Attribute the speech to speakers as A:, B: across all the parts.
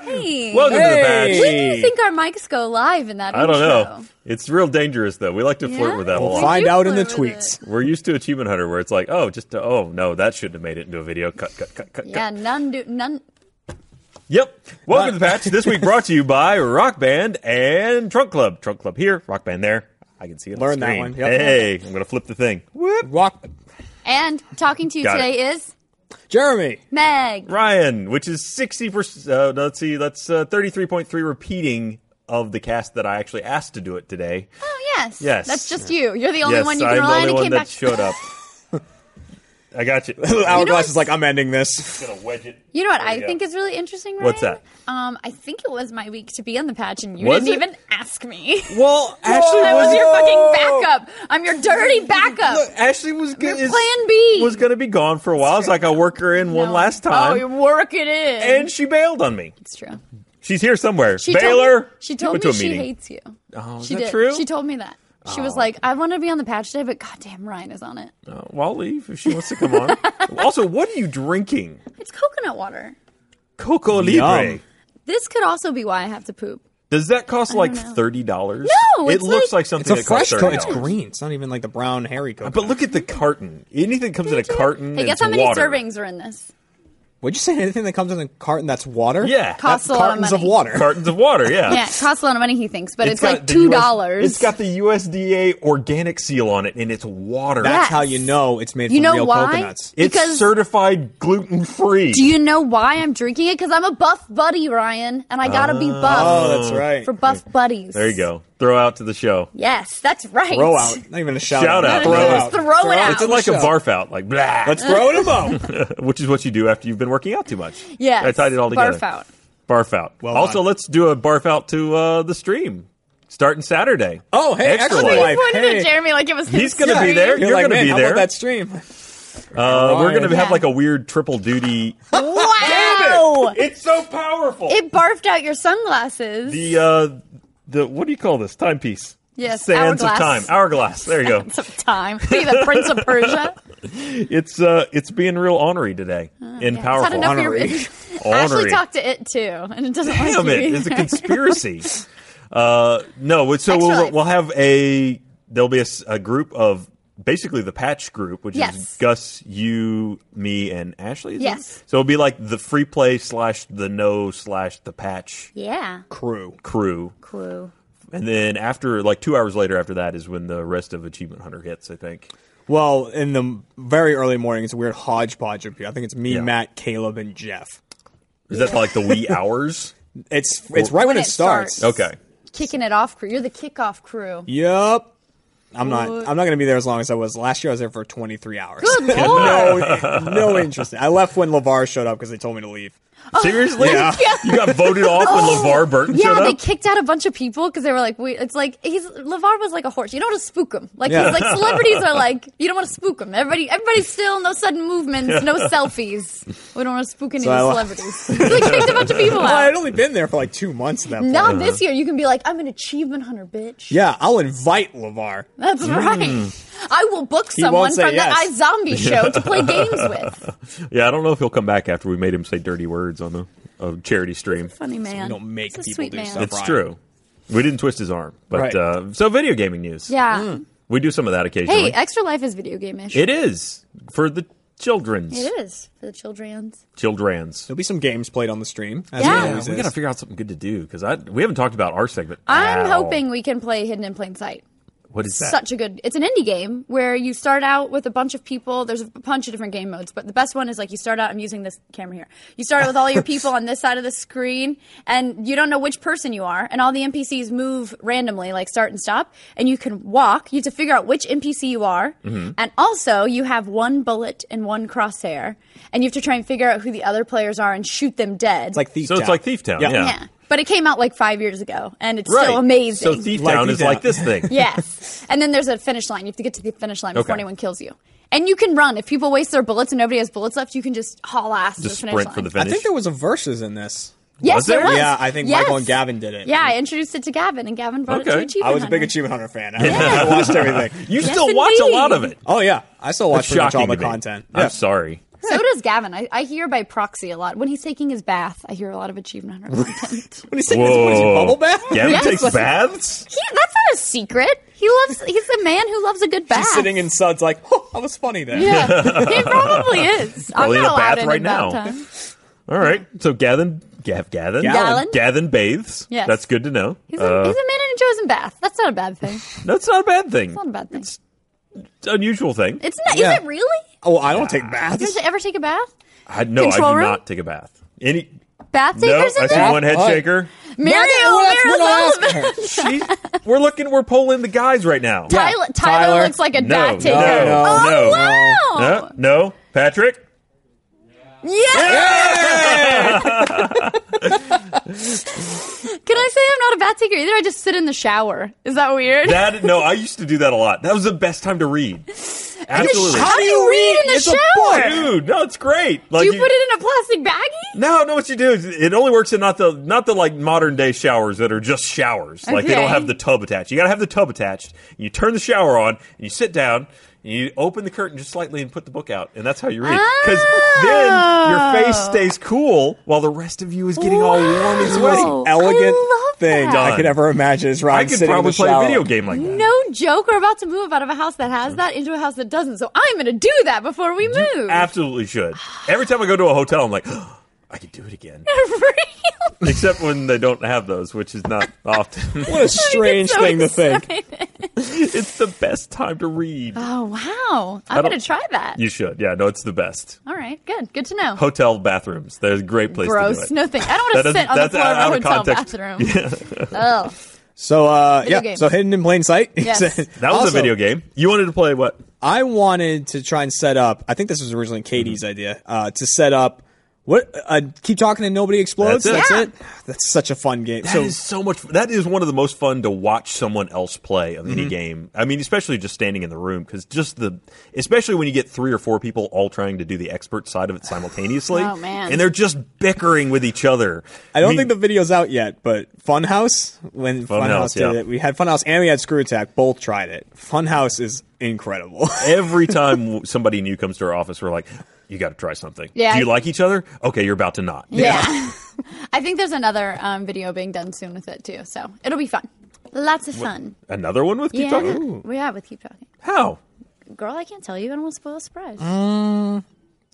A: Welcome to the
B: When
A: badge.
B: do you think our mics go live in that
A: I don't
B: intro?
A: know. It's real dangerous though. We like to flirt
B: Yeah?
A: with that a
B: Well,
A: lot.
B: fine.
C: Find
B: you
C: out in the
B: flirt with
C: tweets.
A: We're used to Achievement Hunter where it's like, oh, just oh no, that shouldn't have made it into a video. Cut, cut, cut, cut,
B: Yeah,
A: cut.
B: none do none.
A: Yep. Welcome to the patch. This week brought to you by Rock Band and Trunk Club. Trunk Club here, Rock Band there. I can see it. on
C: Learn
A: the
C: that
A: screen.
C: one. Yep.
A: Hey, I'm gonna flip the thing. Whoop.
C: Rock,
B: And talking to you
A: Got
B: today is
C: Jeremy.
B: Meg.
A: Ryan, which is sixty percent. Uh, no, let's see, that's thirty-three point three repeating of the cast that I actually asked to do it today.
B: Oh yes.
A: Yes.
B: That's just you. You're the only
A: yes,
B: one you can
A: I'm the
B: rely
A: only
B: on.
A: one
B: and came
A: that
B: back.
A: showed up. I got you.
C: Hourglass
B: what's-
C: is like, I'm ending this.
A: gonna wedge it.
B: You know what
A: There
B: I
A: we go.
B: think is really interesting, Ryan?
A: What's
B: Um, I think it was my week to be on the patch, and you
A: Was
B: didn't
A: it?
B: even ask me.
C: Well, Ashley
B: I was
C: was
B: your fucking backup. I'm your dirty backup.
C: Look, Ashley was good.
B: Your plan B.
A: was going to be gone for a while. It's like I work her in one
B: No.
A: last
B: Oh,
A: time,
B: you work it in.
A: and she bailed on me.
B: it's true.
A: She's here somewhere.
B: She
A: Baylor.
B: Told me, she told
A: went
B: me
A: to a
B: she
A: meeting.
B: hates you.
A: Oh, is
B: she
A: that
B: did.
A: true? Oh.
B: She told me that. She was like, I want to be on the patch today, but goddamn, Ryan is on it.
A: Uh, well, I'll leave if she wants to come on. also, what are you drinking?
B: It's coconut water.
A: Coco Libre.
C: Yum.
B: This could also be why I have to poop.
A: Does that cost like
B: know.
A: thirty dollars?
B: No,
A: it
B: it's
A: looks
B: like-
A: like
C: It's
A: something
C: a
A: that
C: fresh
A: costs
C: coat.
A: thirty
C: It's green. It's not even like the brown hairy coat.
A: But look at the carton. Anything comes in a carton.
B: Hey, guess
A: it's
B: how many
A: water.
B: servings are in this?
C: Would you say anything that comes in a carton that's water?
A: Yeah,
B: Costs
C: That's
B: a lot of
C: cartons
B: money.
C: of water.
A: cartons of water. Yeah.
B: Yeah, it costs a lot of money, he thinks, but it's,
A: got
B: like
A: the
B: two
A: US
B: dollars.
A: It's got the USDA organic seal on it, and it's water.
C: That's
B: Yes.
C: how you know it's made
B: You
C: from
B: know
C: real
B: why?
C: coconuts.
A: It's
B: Because-
A: certified gluten free.
B: Do you know why I'm drinking it? Because I'm a buff buddy, Ryan, and I gotta be
C: Oh,
B: buff
C: that's right.
B: for buff buddies.
A: there you go. Throw out to the show.
B: Yes, that's right.
C: Throw out. Not even a shout,
A: Shout out.
C: out.
A: Throw
B: out. Throw it out.
A: It's like a
C: Show.
A: barf out, like blah. uh,
C: Let's throw it about.
A: which is what you do after you've been working out too much.
B: Yes.
A: I tied it all together.
B: Barf out.
A: Barf out.
C: Well
A: also,
C: done.
A: let's do a barf out to uh, the stream starting Saturday.
C: Oh, hey,
A: Extra
C: extra,
A: life.
C: life.
B: Pointed
C: Hey.
B: at Jeremy like it was
A: He's
B: his
A: gonna be
B: dream.
A: there.
C: You're,
A: You're
C: like,
A: gonna
C: man,
A: be
C: how
A: there."
C: about that stream?
A: Uh, we're gonna have
B: Yeah.
A: like a weird triple duty.
B: Wow!
A: it's so powerful.
B: It barfed out your sunglasses.
A: the uh, the what do you call this timepiece?
B: Yes,
A: sands
B: hourglass.
A: of time, hourglass. There you go.
B: Some time. What Are you the Prince of Persia?
A: it's uh, it's being real honorary today
B: Ah,
A: and
B: Yeah,
A: powerful.
B: It's had enough of your-
C: Honorary.
A: Honorary.
B: Ashley talked to it too, and it doesn't
A: Damn
B: like
A: it!
B: you
A: It's a
B: either.
A: conspiracy. uh, no, so
B: Extra
A: we'll,
B: life.
A: we'll have a there'll be a, s- a group of basically the patch group, which is
B: Yes.
A: Gus, you, me, and Ashley. is it?
B: Yes.
A: So it'll be like the free play slash the no slash the patch
B: yeah.
C: Crew.
A: crew,
B: Clue.
A: and then after like two hours later after that is when the rest of Achievement Hunter hits. I think.
C: Well, in the very early morning, it's a weird hodgepodge of people. I think it's me,
A: Yeah.
C: Matt, Caleb, and Jeff.
A: Is that like the wee hours?
C: It's it's right when,
B: When
C: it,
B: it
C: starts.
B: starts.
A: Okay.
B: Kicking it off crew. You're the kickoff crew.
C: Yep. I'm not.
B: What?
C: I'm not going to be there as long as I was last year. I was there for 23 hours.
B: Good lord!
C: no, no interest. I left when Lavar showed up because they told me to leave.
B: Oh,
A: Seriously? You got voted off when LeVar Burton
B: Yeah,
A: showed up?
B: they kicked out a bunch of people because they were like, "Wait, it's like he's Levar was like a horse. You don't want to spook him. Like
C: Yeah.
B: he's like celebrities are like you don't want to spook him. Everybody, everybody's still. No sudden movements. No selfies. We don't want to spook any
C: So
B: of
C: I
B: the
C: wa-
B: celebrities. So they kicked a bunch of people
C: Well, I had
B: out.
C: only been there for like two months at that point.
B: Now this year, you can be like, I'm an achievement hunter, bitch.
C: Yeah, I'll invite Lavar.
B: That's right. I will book
C: Hmm.
B: someone
C: won't say
B: from
C: yes.
B: that I Zombie show to play games with.
A: Yeah, I don't know if he'll come back after we made him say dirty words on the a charity stream.
B: Funny man.
C: We don't make
B: He's a
C: people
B: sweet
C: do
B: man.
C: stuff.
A: It's
C: Right.
A: true. We didn't twist his arm, but
C: Right.
A: uh, so video gaming news.
B: Yeah.
C: Hmm.
A: we do some of that
B: Hey, uh,
A: occasionally.
B: Extra Life is video game ish.
A: it is for the children's
B: it is for the children's.
A: children's.
C: There'll be some games played on the stream.
B: Yeah.
C: As it
A: Yeah,
C: always
A: we
C: is.
A: gotta figure out something good to do because I we haven't talked about our segment.
B: I'm
A: at all.
B: hoping we can play Hidden in Plain Sight.
A: What is that?
B: Such a good. It's an indie game where you start out with a bunch of people. There's a bunch of different game modes, but the best one is like you start out. I'm using this camera here. You start out with all your people on this side of the screen, and you don't know which person you are, and all the NPCs move randomly, like start and stop, and you can walk. You have to figure out which NPC you are, and also you have one bullet and one crosshair, and you have to try and figure out who the other players are and shoot them dead.
C: It's like Thief
A: so
C: Town.
A: it's like Thief Town.
C: Yeah.
A: Yeah,
B: yeah. But it came out like five years ago, and it's
A: right.
B: still amazing.
A: So Thief
C: Like
A: Town
C: Thief
A: is like
C: Town.
A: this thing.
B: Yes. And then there's a finish line. You have to get to the finish line before
A: Okay.
B: anyone kills you. And you can run. If people waste their bullets and nobody has bullets left, you can just haul ass to the
A: Just
B: finish
A: sprint
B: line.
A: for the
C: I
A: finish.
C: think there was a verses in this.
B: Yes,
A: Was there?
B: there was.
C: Yeah, I think
B: Yes.
C: Michael and Gavin did it.
B: Yeah, I introduced it to Gavin, and Gavin brought it
A: Okay.
B: to Achievement
C: I was a big
B: Hunter.
C: Achievement Hunter fan. I, I watched everything.
A: you
B: Yes,
A: still watch a lot of
B: indeed.
A: it.
C: Oh yeah, I still watch
A: That's
C: pretty much
A: shocking
C: all the
A: to me.
C: content.
A: I'm
C: Yeah.
A: sorry.
B: So does Gavin. I, I hear by proxy a lot. When he's taking his bath, I hear a lot of Achievement Hunter content.
C: What do you say? What is he, bubble bath?
A: Gavin
B: Yes.
A: takes baths?
B: he, that's not a secret. He loves. He's a man who loves a good bath.
C: He's sitting in suds like, oh, that was funny there.
B: Yeah, he probably is. I'm
A: Probably in a
B: not allowed
A: bath
B: in
A: right
B: at that
A: now.
B: Time.
A: All right. So Gavin, Gav, Gavin,
C: Gavin.
A: Gavin bathes.
B: Yes.
A: That's good to know.
B: He's, a,
A: Uh,
B: he's a man who enjoys a bath. That's not a bad thing.
A: that's not a bad thing.
B: It's not a bad thing. It's,
A: It's an unusual thing.
B: not.
C: Yeah.
B: Is it really?
C: Oh, I don't take
B: You
C: baths.
B: ever take a bath?
A: I, no, I
B: Control
A: do
B: room?
A: not take a bath. Any?
B: Bath
A: No,
B: takers
A: I
B: in
A: see
B: there?
A: one head
C: What?
A: shaker.
B: Mary
C: Well, that's
B: O'Leary's
C: what I'll ask her.
A: She's, we're looking. We're polling the guys right now.
C: Yeah.
B: Tyler, Tyler,
C: Tyler.
B: looks like a
A: No,
B: bath taker.
A: no, no,
B: oh,
A: no.
B: wow.
A: Uh, no, Patrick.
B: Yes. Can I say I'm not a bath taker either? I just sit in the shower. Is that weird?
A: That no, I used to do that a lot. That was the best time to read. Absolutely,
B: How do you read in the
C: It's a
B: shower?
C: book.
A: dude. No, it's great. Like
B: Do you put it in a plastic baggie?
A: No, no. What you do is it only works in not the not the like modern day showers that are just showers. Like they don't
B: Okay.
A: have the tub attached. You got to have the tub attached. You turn the shower on, and you sit down, and you open the curtain just slightly and put the book out, and that's how you read. Because
B: Oh.
A: then your face stays cool while the rest of you is getting all warm and sweaty.
B: Wow. Oh,
C: Elegant
B: I love
C: thing
A: that.
C: I could ever imagine is Ryan
A: I could
C: sitting in
A: probably
C: the
A: play a
C: shower.
A: video game like that.
B: No joke. We're about to move out of a house that has that into a house that doesn't. So I'm going to do that before we move.
A: Absolutely should. Every time I go to a hotel, I'm like, I could do it again. Except when they don't have those, which is not often.
C: What a strange
B: so
C: thing to think.
A: it's the best time to read.
B: oh wow!
A: I
B: I'm
A: don't-
B: going to try that.
A: You should. Yeah, no, it's the best.
B: All right. Good. Good to know.
A: Hotel bathrooms. They're a great place to
B: Gross.
A: do it.
B: No thing. I don't
A: That
B: want to
A: doesn't-
B: sit on the
A: that's
B: floor of a
A: out of
B: hotel
A: context.
B: bathroom. Ugh.
C: So uh,
B: Video
C: yeah,
B: game.
C: so hidden in plain sight.
B: Yes.
A: That was a video game. You wanted to play what?
C: I wanted to try and set up. I think this was originally Katie's
A: Mm-hmm.
C: idea uh, to set up. What? Uh, keep talking and nobody explodes.
A: That's it.
C: That's
A: Yeah.
C: it. That's such a fun game.
A: That
C: so
A: is so much. That is one of the most fun to watch someone else play of any game. I mean, especially just standing in the room because just the, especially when you get three or four people all trying to do the expert side of it simultaneously.
B: Oh, man.
A: And they're just bickering with each other.
C: I don't
A: mean,
C: think the video's out yet, but Funhouse when
A: Funhouse,
C: Funhouse, did
A: yeah.
C: it, we had Funhouse and we had Screw Attack. Both tried it. Funhouse is incredible.
A: every time w- somebody new comes to our office, we're like, "You got to try something.
B: Yeah.
A: Do you like each other? Okay, you're about to not.
B: Yeah. I think there's another um, video being done soon with it too, so it'll be fun. Lots of fun.
A: Another one with
B: yeah.
A: keep talking.
B: We have with keep talking.
A: How?
B: Girl, I can't tell you. I don't want to spoil a surprise.
A: Mm.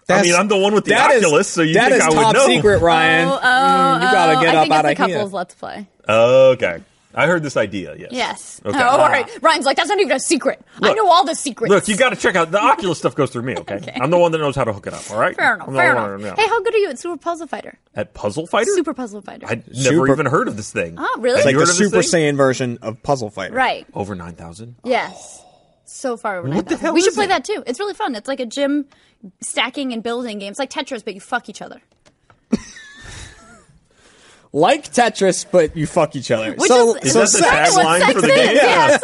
A: I mean, I'm the one with the
C: That is-
A: Oculus, so you
C: that
A: think
C: is
A: I would
C: top
A: know?
C: secret, Ryan.
B: oh, oh,
C: Mm, you gotta
B: oh,
C: get
B: I
C: up
B: think
C: out
B: it's a
C: of here.
B: couples let's play.
A: Okay, I heard this idea. Yes.
B: Yes.
A: Okay. Ah.
B: Oh, all right. Ryan's like, that's not even a secret. I
A: Look.
B: know all the secrets.
A: Look, you got to check out the Oculus stuff goes through me. Okay? I'm the one that knows how to hook it up. All right.
B: Fair enough.
A: I'm the
B: Fair
A: one
B: enough.
A: that-
B: Hey, how good are you at Super Puzzle Fighter?
A: At Puzzle Fighter.
B: Super Puzzle Fighter.
A: I'd never
C: Super-
A: even heard of this thing.
B: Oh, really?
A: Have
C: It's like
A: you
C: the
A: heard of this
C: Super
A: thing?
C: Saiyan version of Puzzle Fighter.
B: right.
A: Over nine thousand.
B: Yes. So far over
A: What the
B: 9,000.
A: hell
B: We should
A: is
B: play
A: it?
B: that too. It's really fun. It's like a gym stacking and building game. It's like Tetris, but you fuck each other.
C: Like Tetris, but you fuck each other.
B: Which
C: so
B: is-
C: so
A: Is that the
C: sex-
A: tagline?
B: What
A: line
B: sex
A: for the
B: is.
A: game?
B: Yeah, it's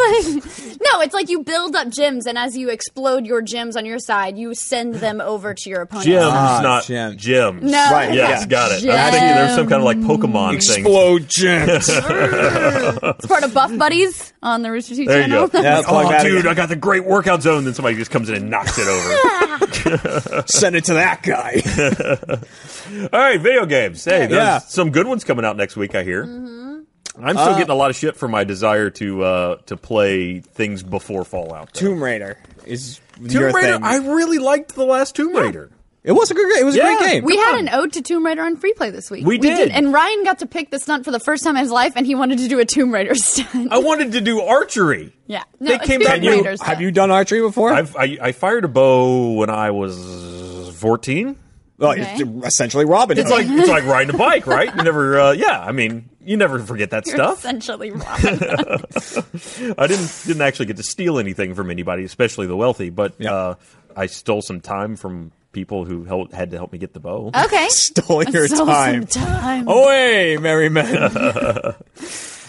B: like- no, it's like you build up gyms, and as you explode your gyms on your side, you send them over to your opponent.
A: Gyms,
C: Ah,
A: not
C: gem.
A: gyms.
B: No.
C: Right,
A: Yes,
C: yeah.
A: got it. I was thinking there's some kind of like Pokemon thing.
C: Explode gems.
B: It's part of Buff Buddies on the Rooster Teeth
A: There you
B: channel.
A: go.
C: Yeah, plug
A: oh,
C: that
A: dude,
C: again.
A: I got the great workout zone. Then somebody just comes in and knocks it over.
C: Send it to that guy.
A: All right, video games. Hey, there's
C: Yeah.
A: some good ones coming out next week. I hear. I'm still getting a lot of shit for my desire to uh, to play things before Fallout. though.
C: Tomb Raider is your
A: Tomb Raider.
C: thing.
A: I really liked the last Tomb Raider.
C: it was a good. It was a
A: Yeah.
C: great game.
B: We had an ode to Tomb Raider on free play this week.
A: We did.
B: and Ryan got to pick the stunt for the first time in his life, and he wanted to do a Tomb Raider stunt.
A: I wanted to do archery.
B: yeah, no,
A: They
B: it's
A: came
B: Tomb
A: back- Can
B: Raider
A: you-
B: stunt.
C: Have you done archery before?
A: I've, I I fired a bow when I was 14.
C: well,
B: Okay.
C: it's essentially Robin.
A: It's like it's like riding a bike, right? You never, uh, yeah. I mean, you never forget that
B: You're
A: stuff.
B: Essentially, Robin.
A: I didn't didn't actually get to steal anything from anybody, especially the wealthy. But
C: Yeah.
A: uh, I stole some time from people who hel- had to help me get the bow.
B: okay.
C: stole your
B: So
C: time.
B: some time.
A: Oh,
C: Away, merry men.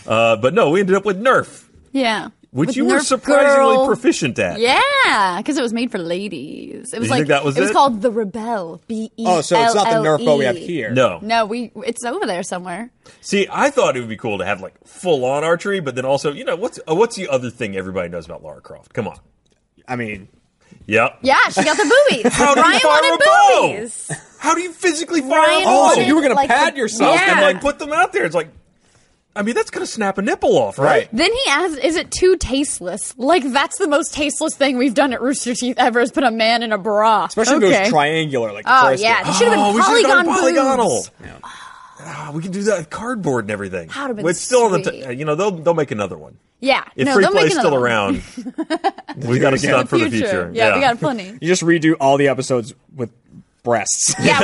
A: Uh, but no, we ended up with Nerf,
B: Yeah.
A: which
B: With
A: you were
B: Nerf
A: surprisingly
B: Girl.
A: proficient at.
B: Yeah, because it was made for ladies. It was
A: you
B: like
A: think that was
B: it was
A: it?
B: called the Rebel. B E.
C: oh, so it's not the Nerf bow we have
B: LLE.
C: here.
A: No.
B: No, we it's over there somewhere.
A: See, I thought it would be cool to have like full on archery, but then also, you know, what's uh, what's the other thing everybody knows about Lara Croft? Come on,
C: I mean,
A: Yep.
B: Yeah, she got the boobies.
A: How do you
B: Ryan
A: fire a
B: wanted
A: bow?
B: boobies.
A: How do you physically fire
B: Ryan
A: a ball?
C: Oh, so
B: wanted,
C: you were gonna
B: like,
C: pad
B: the-
C: yourself
B: Yeah.
A: and like put them out there. It's like, I mean, that's gonna snap a nipple off, right?
B: Then he asked, "Is it too tasteless? Like that's the most tasteless thing we've done at Rooster Teeth ever is put a man in a bra,
C: Especially
B: okay.
C: if it was triangular, like the
B: Oh,
C: first
B: yeah.
C: one.
B: It should've been
A: oh, we should've done
B: polygon
A: polygonal.
B: boobs.
A: Ah, we can do that with cardboard and everything.
B: That would've been
A: it's still on the
B: sweet.
A: t- you know they'll they'll make another one
B: Yeah,
A: if
B: no,
A: free
B: they'll make
A: play's still
B: another one.
A: around. we got a stunt for the future.
B: Yeah, we got plenty.
C: You just redo all the episodes with breasts.
B: Yeah,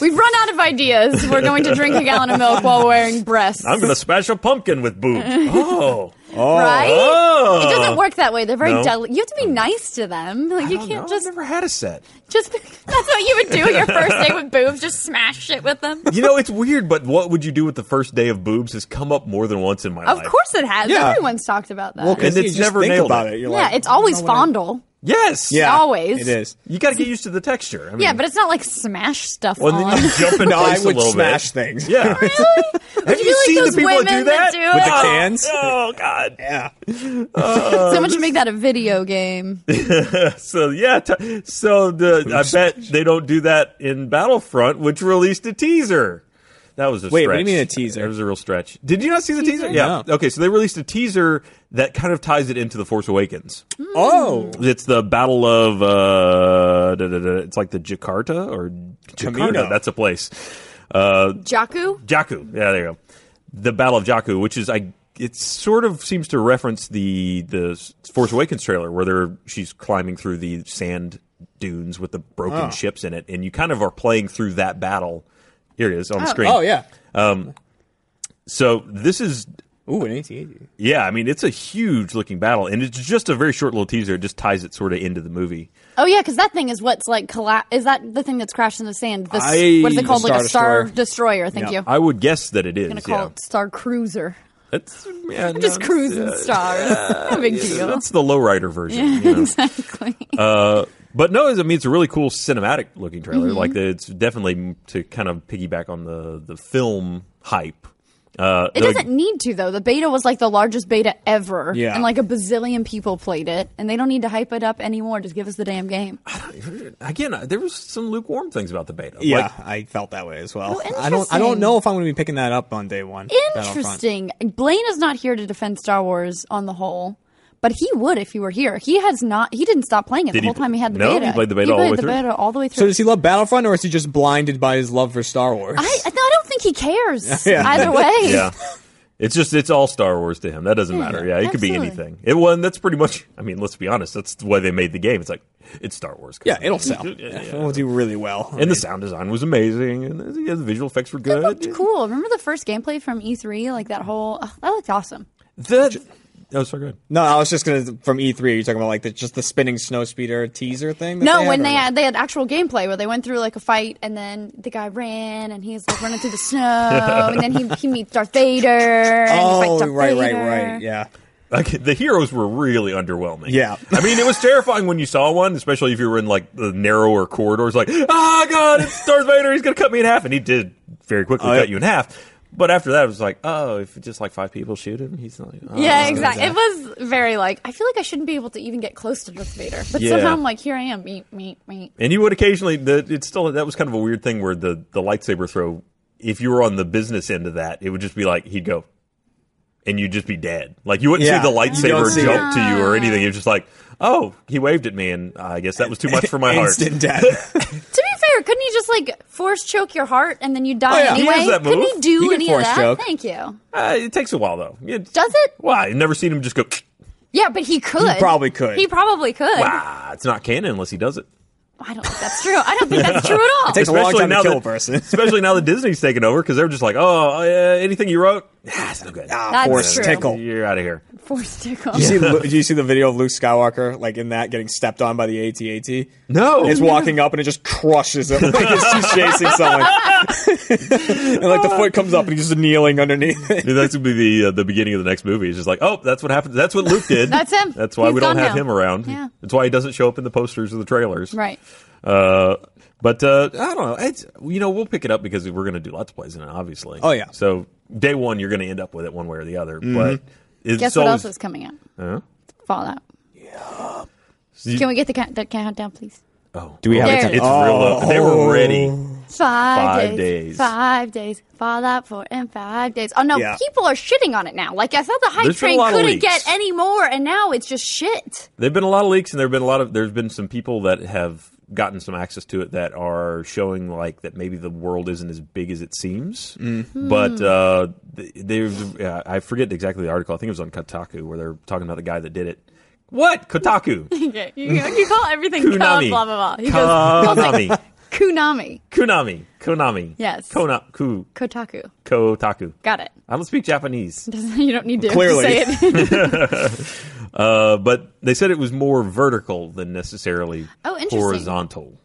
B: we- we've run out of ideas. We're going to drink a gallon of milk while wearing breasts.
A: I'm gonna smash a pumpkin with boobs. Oh, oh,
B: right?
A: Oh.
B: It doesn't work that way. They're very
A: No.
B: deli- You have to be nice to them. Like you
A: I don't
B: can't
A: know.
B: just
A: I've never had a set.
B: just. That's what you would do your first day with boobs. Just smash shit with them.
A: You know, it's weird, but what would you do with the first day of boobs has come up more than once in my
B: Of
A: life.
B: course it has.
C: Yeah.
B: Everyone's talked about that.
C: Well, 'cause
A: And
C: you
A: it's
C: just
A: never
C: think
A: nailed
C: about
A: it.
C: it. You're
B: yeah,
C: like,
B: it's always
C: "You know what I-"
B: fondle.
A: Yes.
C: Yeah,
B: always.
C: It is.
A: You got to get used to the texture. I mean,
B: Yeah, but it's not like smash stuff
A: Mm. well,
B: on.
A: then you jump in
C: No, I
A: place a
C: would
A: little
C: smash
A: bit.
C: things.
A: Yeah. Have
B: you
A: you,
B: like
A: seen
B: those
A: the people that do
B: women that
A: that?
B: do With it? the
A: Oh,
C: cans?
A: Oh, God.
C: Yeah.
B: Someone should make that a video game.
A: So, yeah. T- so, the I bet they don't do that in Battlefront, which released a teaser. That was a
C: Wait,
A: stretch.
C: what do you mean a teaser?
A: That was a real stretch. Did you not see the teaser?
B: Teaser?
A: Yeah.
C: No.
A: Okay, so they released a teaser that kind of ties it into The Force Awakens.
C: Oh.
A: It's the Battle of uh, da, da, da, it's like the Jakarta or Jakarta.
C: Camino.
A: That's a place. Uh,
B: Jakku?
A: Jakku. Yeah, there you go. The Battle of Jakku, which is I. It sort of seems to reference the the Force Awakens trailer, where they're, she's climbing through the sand dunes with the
C: Ah.
A: broken ships in it, and you kind of are playing through that battle. Here it is on the screen.
C: Oh, yeah.
A: So this is
C: Ooh, an AT-80.
A: yeah. I mean, it's a huge looking battle, and it's just a very short little teaser. It just ties it sort of into the movie.
B: Oh yeah, because that thing is what's like colla- is that the thing that's crashed in the sand? This
A: I-
B: what is it called?
C: the
B: Like a
C: Star
B: star destroyer. Thank
C: Yeah.
B: you. I'm
A: I would guess that it is.
B: gonna call
A: yeah.
B: it Star Cruiser.
A: That's yeah, no,
B: Just
A: it's,
B: cruising
A: uh,
B: stars. no big deal.
A: That's the lowrider version. you know.
B: exactly.
A: uh, but no, it's- I mean it's a really cool cinematic looking trailer.
B: Mm-hmm.
A: Like it's definitely to kind of piggyback on the the film hype. Uh,
B: it
A: the-
B: doesn't need to though. The beta was like the largest beta ever,
C: Yeah.
B: and like a bazillion people played it, and they don't need to hype it up anymore. Just give us the damn game.
A: again. There was some lukewarm things about the beta.
C: Yeah,
A: Like,
C: I felt that way as well.
B: Oh,
C: I don't. I don't
B: interesting.
C: know if I'm going to be picking that up on day one. Battlefront.
B: Interesting. Blaine is not here to defend Star Wars on the whole, but he would if he were here. He has not. He didn't stop playing it
A: Did
B: the
A: he-
B: whole time. He had the
A: no, he
B: beta.
A: played the beta all the way through?
B: beta all the way
C: So
B: through.
C: does he love Battlefront, or is he just blinded by his love for Star Wars?
B: I, I don't think he cares
C: Yeah.
B: either way.
A: yeah. It's just it's all Star Wars to him. That doesn't matter. Yeah, it could be
B: absolutely.
A: anything. It won. That's pretty much. I mean, let's be honest. That's why they made the game. It's like it's Star Wars.
C: yeah, it'll sell.
A: Yeah, yeah.
C: It'll do really well.
A: And the sound design was amazing, and the, yeah, the visual effects were good.
B: It looked cool. Remember the first gameplay from E3? Like that whole. Oh, that looked awesome.
A: The, oh, so good.
C: no, I was just going to from E3. Are you talking about like the, just the spinning snow speeder teaser thing? that
B: No, when
C: or
B: they
C: what?
B: had they had actual gameplay where they went through like a fight and then the guy ran and he's like running through the snow and then he, he meets Darth Vader. And he
C: Oh,
B: fights Darth
C: right, right,
B: Vader.
C: right. Yeah.
A: Like the heroes were really underwhelming.
C: Yeah.
A: I mean it was terrifying when you saw one, especially if you were in like the narrower corridors. Like, ah, God, it's Darth Vader. He's gonna cut me in half, and he did very quickly
C: Oh,
A: cut
C: yeah.
A: you in half. But after that, it was like, oh, if just like five people shoot him, he's like, oh,
B: Yeah, exactly. It was very like I feel like I shouldn't be able to even get close to Darth Vader, but
A: Yeah.
B: somehow I'm like here I am, meet, meet, meet.
A: And you would occasionally. The, it's still that was kind of a weird thing where the the lightsaber throw. If you were on the business end of that, it would just be like he'd go, and you'd just be dead. Like you wouldn't
C: Yeah.
A: see the
C: You don't
A: lightsaber
C: see
A: jump to you or anything. You're just like, oh, he waved at me, and I guess that was too much for my heart.
C: Instant death.
B: To be fair, couldn't he just like force choke your heart and then you die
C: Oh, yeah. He
B: anyway?
A: has that
B: Couldn't
A: move.
B: he do
C: He can
B: any
C: force
B: of that?
C: choke.
B: Thank you.
A: Uh, it takes a while though. It-
B: Does it?
A: Why? I've never seen him just go.
B: Yeah, but he could.
C: He probably could.
B: He probably could.
A: Wow, "Ah, it's not canon unless he does it.
B: I don't think that's true. I don't think that's true at all.
C: takes a long time to
A: now
C: kill a
A: that,
C: person.
A: especially now that Disney's taken over because they're just like, oh, uh, anything you wrote, ah, it's no good.
C: ah,
B: That's
C: force
B: true.
C: tickle. You
A: You're out of here.
B: force tickle.
C: see, Lu- do you see the video of Luke Skywalker like in that getting stepped on by the AT-AT?
A: No.
C: It's walking up and it just crushes him like as he's chasing someone. and like the foot comes up and he's just kneeling underneath. it.
A: Dude, that's gonna be the uh, the beginning of the next movie. It's just like, oh, that's what happened. That's what Luke did.
B: That's him.
A: That's why
B: He's
A: we don't
B: gone
A: have
B: now.
A: him around.
B: Yeah.
A: That's why he doesn't show up in the posters or the trailers.
B: Right.
A: Uh, but uh, I don't know. It's you know we'll pick it up because we're gonna do lots of plays in it, obviously.
C: Oh, yeah. Mm-hmm.
A: So day one, you're gonna end up with it one way or the other. But it's
B: Guess what
A: always,
B: else is coming out? Fallout.
A: So you-
B: Can we get the, count, the countdown, please?
A: oh,
C: Do we have Oh.
B: a There.
A: It's
B: time?
A: real low. They were ready.
B: Five,
A: Five
B: days,
A: days.
B: Five days. Fallout 4 in five days. Oh, no.
C: Yeah.
B: People are shitting on it now. Like, I thought the hype
A: There's been a
B: train
A: lot of
B: couldn't
A: leaks.
B: get any more, and now it's just shit.
A: There've been a lot of leaks, and there've been a lot of there's been some people that have gotten some access to it that are showing like that maybe the world isn't as big as it seems.
B: Mm-hmm.
A: But uh, th- there's uh, I forget exactly the article. I think it was on Kotaku where they're talking about the guy that did it. What Kotaku?
B: Okay. You, you call everything Konami.
A: Konami.
B: blah, blah, blah. He goes, calls it
A: Konami.
B: Kunami.
A: Konami. Konami.
B: Yes.
A: Kona. Ku.
B: Kotaku.
A: Kotaku.
B: Got it.
A: I don't speak Japanese.
B: you don't need to
C: Clearly.
B: say it.
A: Uh, but they said it was more vertical than necessarily
B: Oh, interesting.
A: horizontal.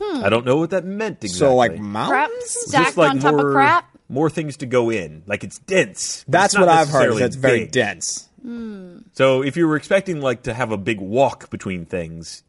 A: I don't know what that meant exactly.
C: So like
B: Crap
C: mountains.
B: stacked on top of crap.
A: more things to go in. Like it's dense. but
C: That's
A: it's not
C: what I've heard. is
A: necessarily
C: That's very
A: big.
C: dense.
A: So if you were expecting like to have a big walk between things,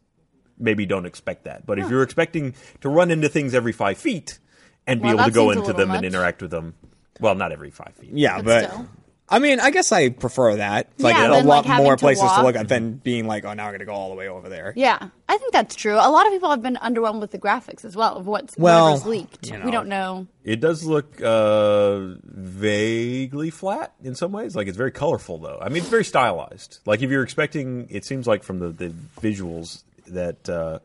A: maybe don't expect that. But if you're expecting to run into things every five feet and be
B: Well,
A: able to
B: that
A: go
B: seems a
A: into
B: little
A: them
B: much.
A: and interact with them, well, not every five feet.
C: Yeah,
B: But
C: but.
B: still.
C: I mean, I guess I prefer that. Like
B: Yeah,
C: a
B: than,
C: lot
B: like, having
C: more
B: to
C: places to
B: walk.
C: look at than being like, oh, now I'm going to go all the way over there.
B: Yeah, I think that's true. A lot of people have been underwhelmed with the graphics as well of what's
C: Well,
B: whatever's leaked.
C: you know.
B: We don't know.
A: It does look uh, vaguely flat in some ways. Like it's very colorful, though. I mean, it's very stylized. Like if you're expecting, it seems like from the, the visuals that uh,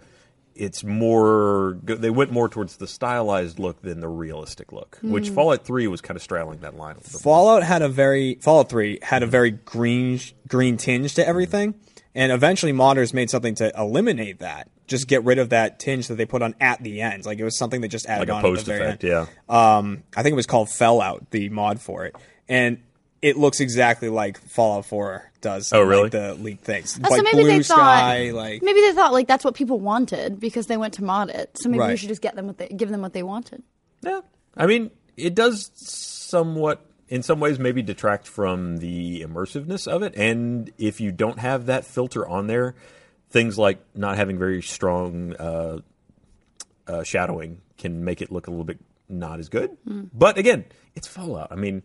A: it's more. go- They went more towards the stylized look than the realistic look,
B: Hmm.
A: which Fallout Three was kind of straddling that line a little bit.
C: Fallout had a very Fallout Three had a very green green tinge to everything, and eventually modders made something to eliminate that. Just get rid of that tinge that they put on at the end. Like it was something that just
A: Like
C: added
A: a
C: on at
A: post
C: the very
A: effect,
C: end.
A: yeah.
C: Um, I think it was called Fallout, the mod for it, and it looks exactly like Fallout Four does.
A: Oh,
C: in, like,
A: really?
C: the leaked things,
B: Oh,
C: like
B: so maybe
C: blue
B: they thought
C: sky, like
B: maybe they thought like that's what people wanted because they went to mod it. So maybe we
C: Right.
B: should just get them what they give them what they wanted.
A: Yeah, I mean, it does somewhat, in some ways, maybe detract from the immersiveness of it. And if you don't have that filter on there, things like not having very strong uh, uh, shadowing can make it look a little bit not as good. But again, it's Fallout. I mean,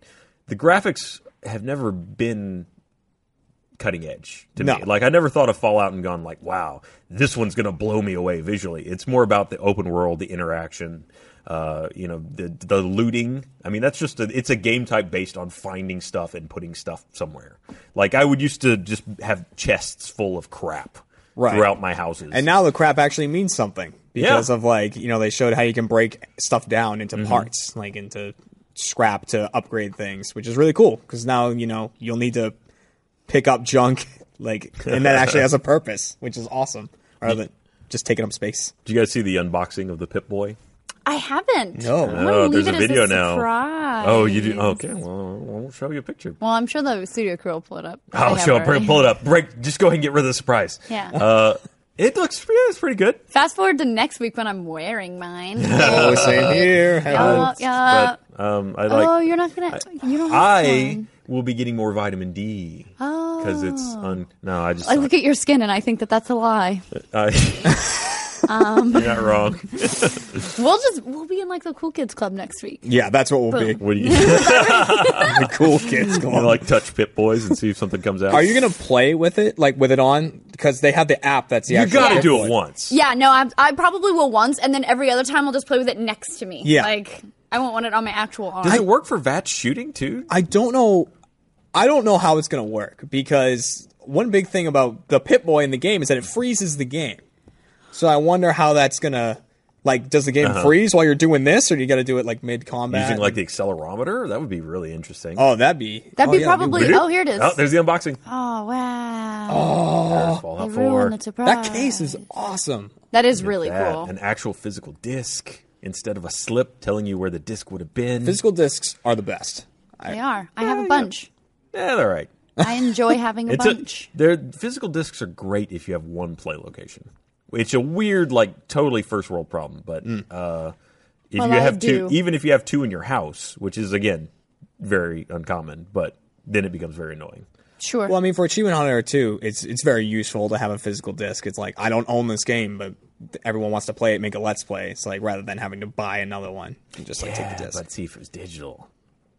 A: the graphics have never been cutting edge to
C: No.
A: me. Like I never thought of Fallout and gone like, wow, this one's gonna blow me away visually. It's more about the open world, the interaction, uh, you know, the the looting. I mean, that's just a, it's a game type based on finding stuff and putting stuff somewhere. Like I would used to just have chests full of crap
C: Right.
A: throughout my houses.
C: And now the crap actually means something because of like you know they showed how you can break stuff down into
A: Mm-hmm.
C: parts, like into scrap to upgrade things, which is really cool because now you know you'll need to pick up junk like and that actually has a purpose, which is awesome rather than just taking up space.
A: do you guys see the unboxing of the Pip Boy?
B: I haven't.
C: No.
B: I'm
C: Oh,
B: gonna
A: Oh,
B: leave
A: there's
B: it
A: a
B: as
A: video now.
B: surprise.
A: Oh, you do? Okay, well, I won't show you a picture.
B: Well, I'm sure the studio crew will pull it up. They
A: Oh,
B: have
A: show up,
B: already.
A: pull it up. Break. Just go ahead and get rid of the surprise.
B: Yeah.
A: Uh, it looks yeah, it's pretty good.
B: Fast forward to next week when I'm wearing mine.
C: Oh, same here.
B: Oh, yeah.
A: But um, I like.
B: oh, you're not gonna. you don't. Have
A: I
B: one.
A: will be getting more vitamin D because it's on. No, I just.
B: I look at your skin and I think that that's a lie.
A: I- you're not wrong.
B: We'll just we'll be in like the cool kids club next week.
C: Yeah, that's what we'll be.
A: What do you you
C: The cool kids going.
A: wanna, like? Touch Pit Boys and see if something comes out.
C: Are you gonna play with it, like with it on? Because they have the app that's the
A: You
C: actual
A: gotta
C: app
A: do
C: for
A: it once.
B: Yeah, no, I'm, I probably will once, and then every other time I'll just play with it next to me.
C: Yeah.
B: like I won't want it on my actual arm.
A: Does it work for VAT shooting too?
C: I don't know. I don't know how it's going to work because one big thing about the Pip Boy in the game is that it freezes the game. So I wonder how that's going to like. Does the game freeze while you're doing this, or do you got to do it like mid combat?
A: Uh-huh. Using like the accelerometer? That would be really interesting.
C: oh, that'd be
B: That'd
C: oh,
B: be
C: yeah,
B: probably.
C: weird.
B: Oh, here it is.
A: Oh, there's the unboxing.
B: Oh, wow.
A: There's Fallout
B: They
A: 4.
B: ruined the surprise.
C: that case is awesome.
B: That is really
A: that,
B: cool.
A: An actual physical disc instead of a slip telling you where the disc would have been.
C: Physical discs are the best.
B: They are. I have a bunch.
A: yeah, Eh, they're all right.
B: I enjoy having a
A: It's
B: bunch.
A: a they're physical discs are great if you have one play location. It's a weird, like totally first world problem, but uh, if
B: Mm. Well,
A: you
B: I
A: have
B: do.
A: two, even if you have two in your house, which is again very uncommon, but then it becomes very annoying.
B: sure.
C: Well, I mean, for Achievement Hunter 2, it's it's very useful to have a physical disc. It's like I don't own this game, but everyone wants to play it, make a let's play. It's like rather than having to buy another one, you just like take the disc.
A: but see if it was digital,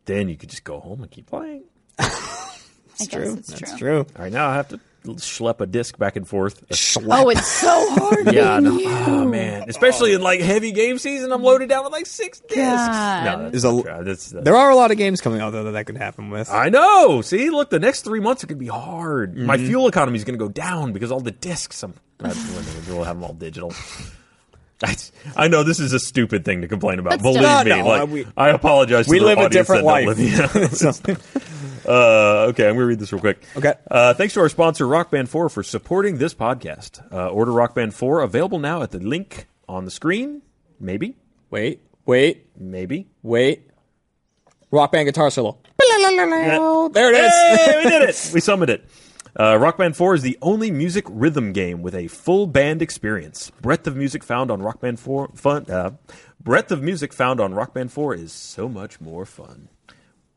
A: then you could just go home and keep playing.
B: I guess it's true.
C: That's true.
A: All right, now I have to schlep a disc back and forth.
B: Oh, it's so hard.
A: Yeah,
B: being
A: no.
B: you.
A: Oh, man, especially in like heavy game season, I'm loaded down with like six discs.
B: God.
A: No, that's
C: There's a-
A: not true. That's- that's-
C: There are a lot of games coming out though that that could happen with.
A: I know. See, look, the next three months are going to be hard. My
C: Mm-hmm.
A: fuel economy is going to go down because all the discs. I'm glad we'll have them all digital. I, I know this is a stupid thing to complain about.
B: But
A: Believe
B: still-
A: me,
C: No, no,
A: like,
C: uh, we-
A: I apologize. To
C: we
A: the
C: live a
A: audience
C: different
A: that
C: life.
A: don't live- Yeah.
C: So-
A: Uh, okay, I'm going to read this real quick.
C: Okay.
A: Uh, thanks to our sponsor, Rock Band 4, for supporting this podcast. Uh, order Rock Band 4 available now at the link on the screen. Maybe.
C: wait, wait,
A: Maybe.
C: wait. Rock band guitar solo. There it is.
A: Hey, we did it. We summoned it. Uh, Rock Band 4 is the only music rhythm game with a full band experience. Breadth of music found on Rock Band 4 fun. Uh, breadth of music found on Rock Band 4 is so much more fun.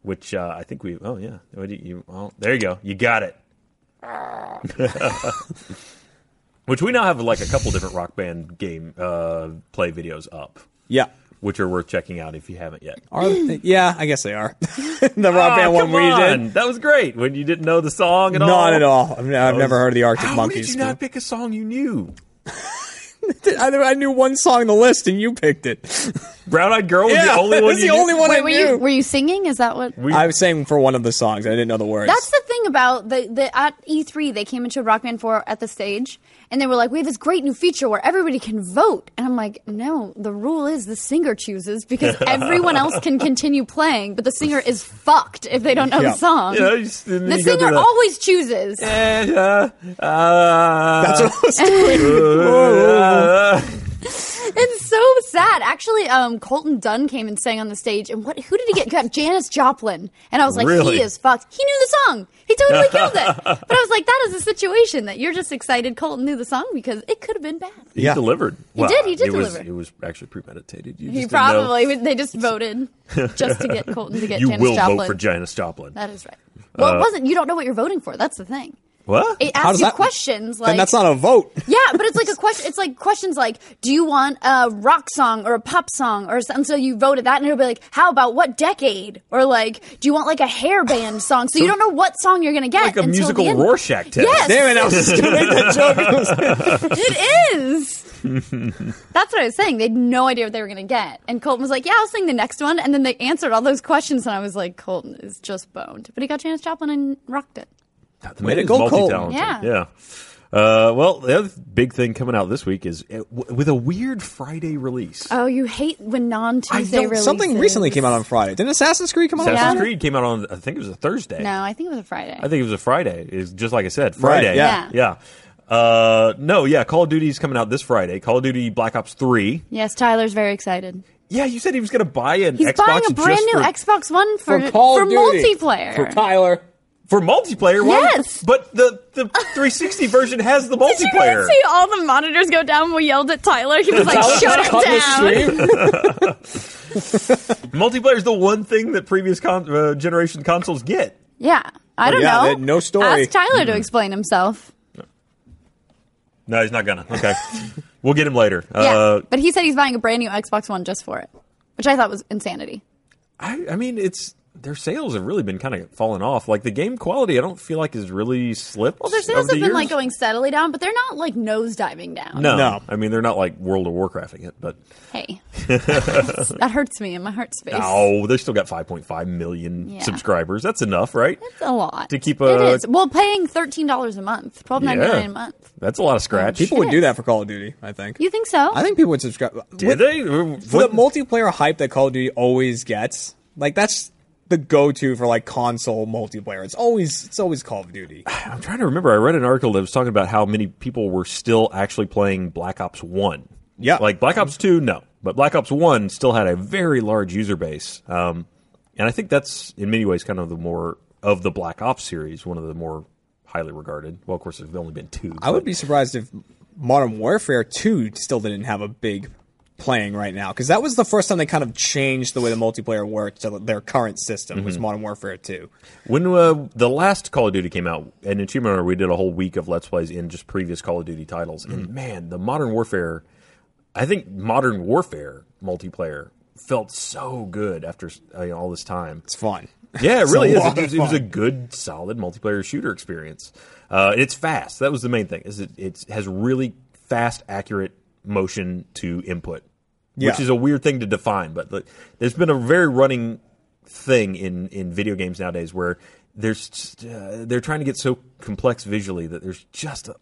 A: Which uh, I think we. Oh yeah. What do You, you- well, there you go. You got it. Which we now have like a couple different Rock Band game uh, play videos up,
C: Yeah.
A: which are worth checking out if you haven't yet.
C: Are, yeah, I guess they are. the
A: Ah,
C: rock band one
A: come
C: we
A: on.
C: did.
A: That was great when you didn't know the song at all.
C: Not at all. I've, I've
A: was-
C: never heard of the Arctic
A: How
C: Monkeys.
A: did you not pick a song you knew?
C: I, I knew one song on the list, and you picked it.
A: Brown Eyed Girl was
C: yeah,
A: the only one.
C: it's
A: you
C: the only
A: knew?
C: one I
B: Wait, were
C: knew.
B: you were you singing? Is that what?
A: We-
C: I was saying for one of the songs. I didn't know the words.
B: That's the thing about the, the at E3 they came and showed Rock Band 4 at the stage and they were like, "We have this great new feature where everybody can vote." And I'm like, "No, the rule is the singer chooses because everyone else can continue playing, but the singer is fucked if they don't know
C: Yeah.
B: the song."
A: Yeah, you just- then
B: the
A: you go
B: singer
A: to the-
B: always chooses.
A: Eh, uh, uh,
C: That's what I was doing.
A: uh,
B: It's so sad. Actually, um, Colton Dunn came and sang on the stage, and what? Who did he get? He got Janis Joplin, and I was like,
A: Really?
B: he is fucked. He knew the song. He totally killed it. But I was like, that is a situation that you're just excited. Colton knew the song because it could have been bad.
A: He
C: Yeah.
A: delivered. He
B: did, he did
A: it was,
B: deliver.
A: It was actually premeditated. You
B: He
A: just didn't know.
B: probably they just voted just to get Colton to get
A: You
B: Janis
A: will
B: Joplin.
A: vote for Uh, Janis Joplin.
B: that is right. Well, it wasn't. You don't know what you're voting for. That's the thing.
A: what?
B: It
C: How
B: asks
C: does
B: you
C: that-
B: questions like
C: then that's not a vote.
B: Yeah, but it's like a question. It's like questions like, do you want a rock song or a pop song or something? So you voted that, and it'll be like, how about what decade? Or like, do you want like a hair band song? So, you don't know what song you're gonna get.
A: Like a
B: until
A: musical
B: the end.
A: Rorschach test.
B: Yes,
C: Damn it! I was just gonna make that joke.
B: it is. That's what I was saying. They had no idea what they were gonna get, and Colton was like, yeah, I'll sing the next one, and then they answered all those questions, and I was like, Colton is just boned, but he got Janis Joplin and rocked it.
A: The man
C: Way to
A: is
C: go, Colton.
A: multi-talented.
B: Yeah.
A: Yeah. Uh, well, the other big thing coming out this week is uh, w- with a weird Friday release.
B: Oh, you hate when non Tuesday releases.
C: Something recently came out on Friday. Didn't Assassin's Creed come out? on
A: Assassin's
C: Friday?
B: Yeah.
A: Creed came out on I think it was a Thursday.
B: No, I think it was a Friday.
A: I think it was a Friday. It's just like I said, Friday.
C: yeah.
A: yeah. Uh, no, yeah. Call of Duty is coming out this Friday. Call of Duty Black Ops Three.
B: yes, Tyler's very excited.
A: Yeah, you said he was going to buy an
B: He's
A: Xbox
B: buying a brand
A: just
B: new
A: for,
B: Xbox One for
C: For Call
B: for
C: of Duty.
B: multiplayer.
C: For Tyler.
A: for multiplayer. Why-
B: Yes.
A: but the the 360 version has the
B: Did you guys
A: multiplayer.
B: see all the monitors go down? when We yelled at Tyler. He was like, "Shut it
C: Cut the
B: down!"
C: stream.
A: Multiplayer is the one thing that previous con- uh, generation consoles get.
B: Yeah, I don't
C: Yeah,
B: know.
C: that- no story.
B: Ask Tyler to explain himself.
A: No, he's not gonna. Okay, we'll get him later.
B: Yeah,
A: Uh,
B: but he said he's buying a brand new Xbox One just for it, which I thought was insanity.
A: I, I mean, it's their sales have really been kind of falling off. Like the game quality, I don't feel like has really slipped.
B: Well, their sales
A: over
B: have
A: the
B: been
A: years.
B: like going steadily down, but they're not like nose diving down.
A: No,
C: No.
A: I mean they're not like World of Warcrafting it, but
B: Hey, that hurts me in my heart space.
A: oh, they still got 5.5 million
B: Yeah.
A: subscribers. That's enough, right?
B: It's a lot
A: To keep
B: It
A: a-
B: is. Well, paying thirteen dollars a month, twelve ninety nine a month.
A: That's a lot of scratch.
C: People would
B: It
C: do
B: is.
C: that for Call of Duty. I think.
B: You think so?
C: I think people would subscribe.
A: Did
C: With-
A: they?
C: for
A: What-
C: the multiplayer hype that Call of Duty always gets, like that's the go-to for like console multiplayer. It's always it's always Call of Duty.
A: I'm trying to remember. I read an article that was talking about how many people were still actually playing Black Ops One.
C: Yeah.
A: like Black Ops Two, no, but Black Ops One still had a very large user base, um, and I think that's in many ways kind of the more of the Black Ops series, one of the more highly regarded. Well, of course, there's only been two.
C: I would
A: but-
C: be surprised if Modern Warfare 2 still didn't have a big playing right now because that was the first time they kind of changed the way the multiplayer worked to their current system was Modern Warfare 2.
A: When uh, the last Call of Duty came out, and in Achievement Hunter, we did a whole week of Let's Plays in just previous Call of Duty titles. And man, the Modern Warfare, I think Modern Warfare multiplayer felt so good after uh, you know, all this time.
C: It's fun.
A: Yeah, it
C: It's
A: really
C: a
A: is. It,
C: lot of
A: was- it was a
C: fun.
A: good, solid multiplayer shooter experience. Uh, and it's fast. That was the main thing. Is it, it has really fast, accurate motion to input, which
C: Yeah.
A: is a weird thing to define. But like, there's been a very running thing in in video games nowadays where there's just, uh, they're trying to get so complex visually that there's just a,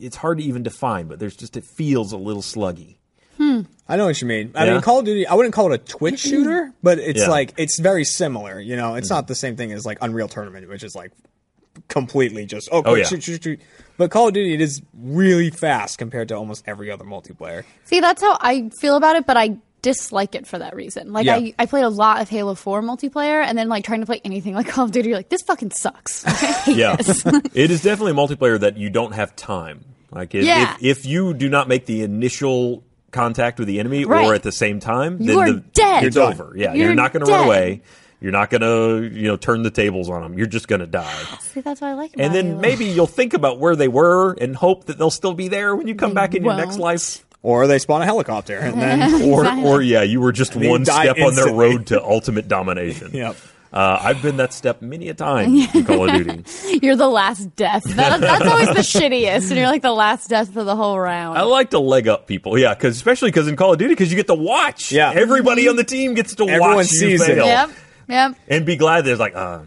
A: it's hard to even define. But there's just it feels a little sluggy.
C: I know what you mean. I
A: Yeah.
C: mean, Call of Duty. I wouldn't call it a Twitch shooter, but it's
A: Yeah. Mm-hmm.
C: like it's very similar. You know, it's not the same thing as like Unreal Tournament, which is like completely just oh, quick,
A: yeah.
C: shoot, shoot, shoot. But Call of Duty, it is really fast compared to almost every other multiplayer.
B: See, that's how I feel about it, but I dislike it for that reason. Like
C: Yeah.
B: I, I played a lot of Halo 4 multiplayer and then like trying to play anything like Call of Duty, you're like, this fucking sucks. I hate
A: Yeah,
B: this.
A: it is definitely a multiplayer that you don't have time. Like if,
B: Yeah.
A: if, if you do not make the initial contact with the enemy
B: Right.
A: or at the same time,
B: You
A: then
B: are
A: the,
B: dead.
A: It's
B: You're
A: over. Yeah,
B: You're
A: you're, not going to run
B: dead.
A: away. You're not going to you know turn the tables on them. You're just going to die.
B: See, that's what I like.
A: And
B: about
A: then
B: Halo.
A: maybe you'll think about where they were and hope that they'll still be there when you come
B: They
A: back in your next
B: won't.
A: life.
C: Or they spawn a helicopter and then
A: Or, or yeah, you were just
C: you
A: one
C: die
A: step on their
C: instantly.
A: road to ultimate domination.
C: Yep.
A: Uh, I've been that step many a time in Call of Duty.
B: you're the last death. That, that's always the shittiest, and you're like the last death for the whole round.
A: I like to leg up people, yeah, because especially because in Call of Duty, because you get to watch.
C: Yeah.
A: everybody on the team gets to
C: Everyone
A: watch
C: sees
A: you
C: it.
A: fail
B: yep, yep,
A: and be glad. There's like, uh,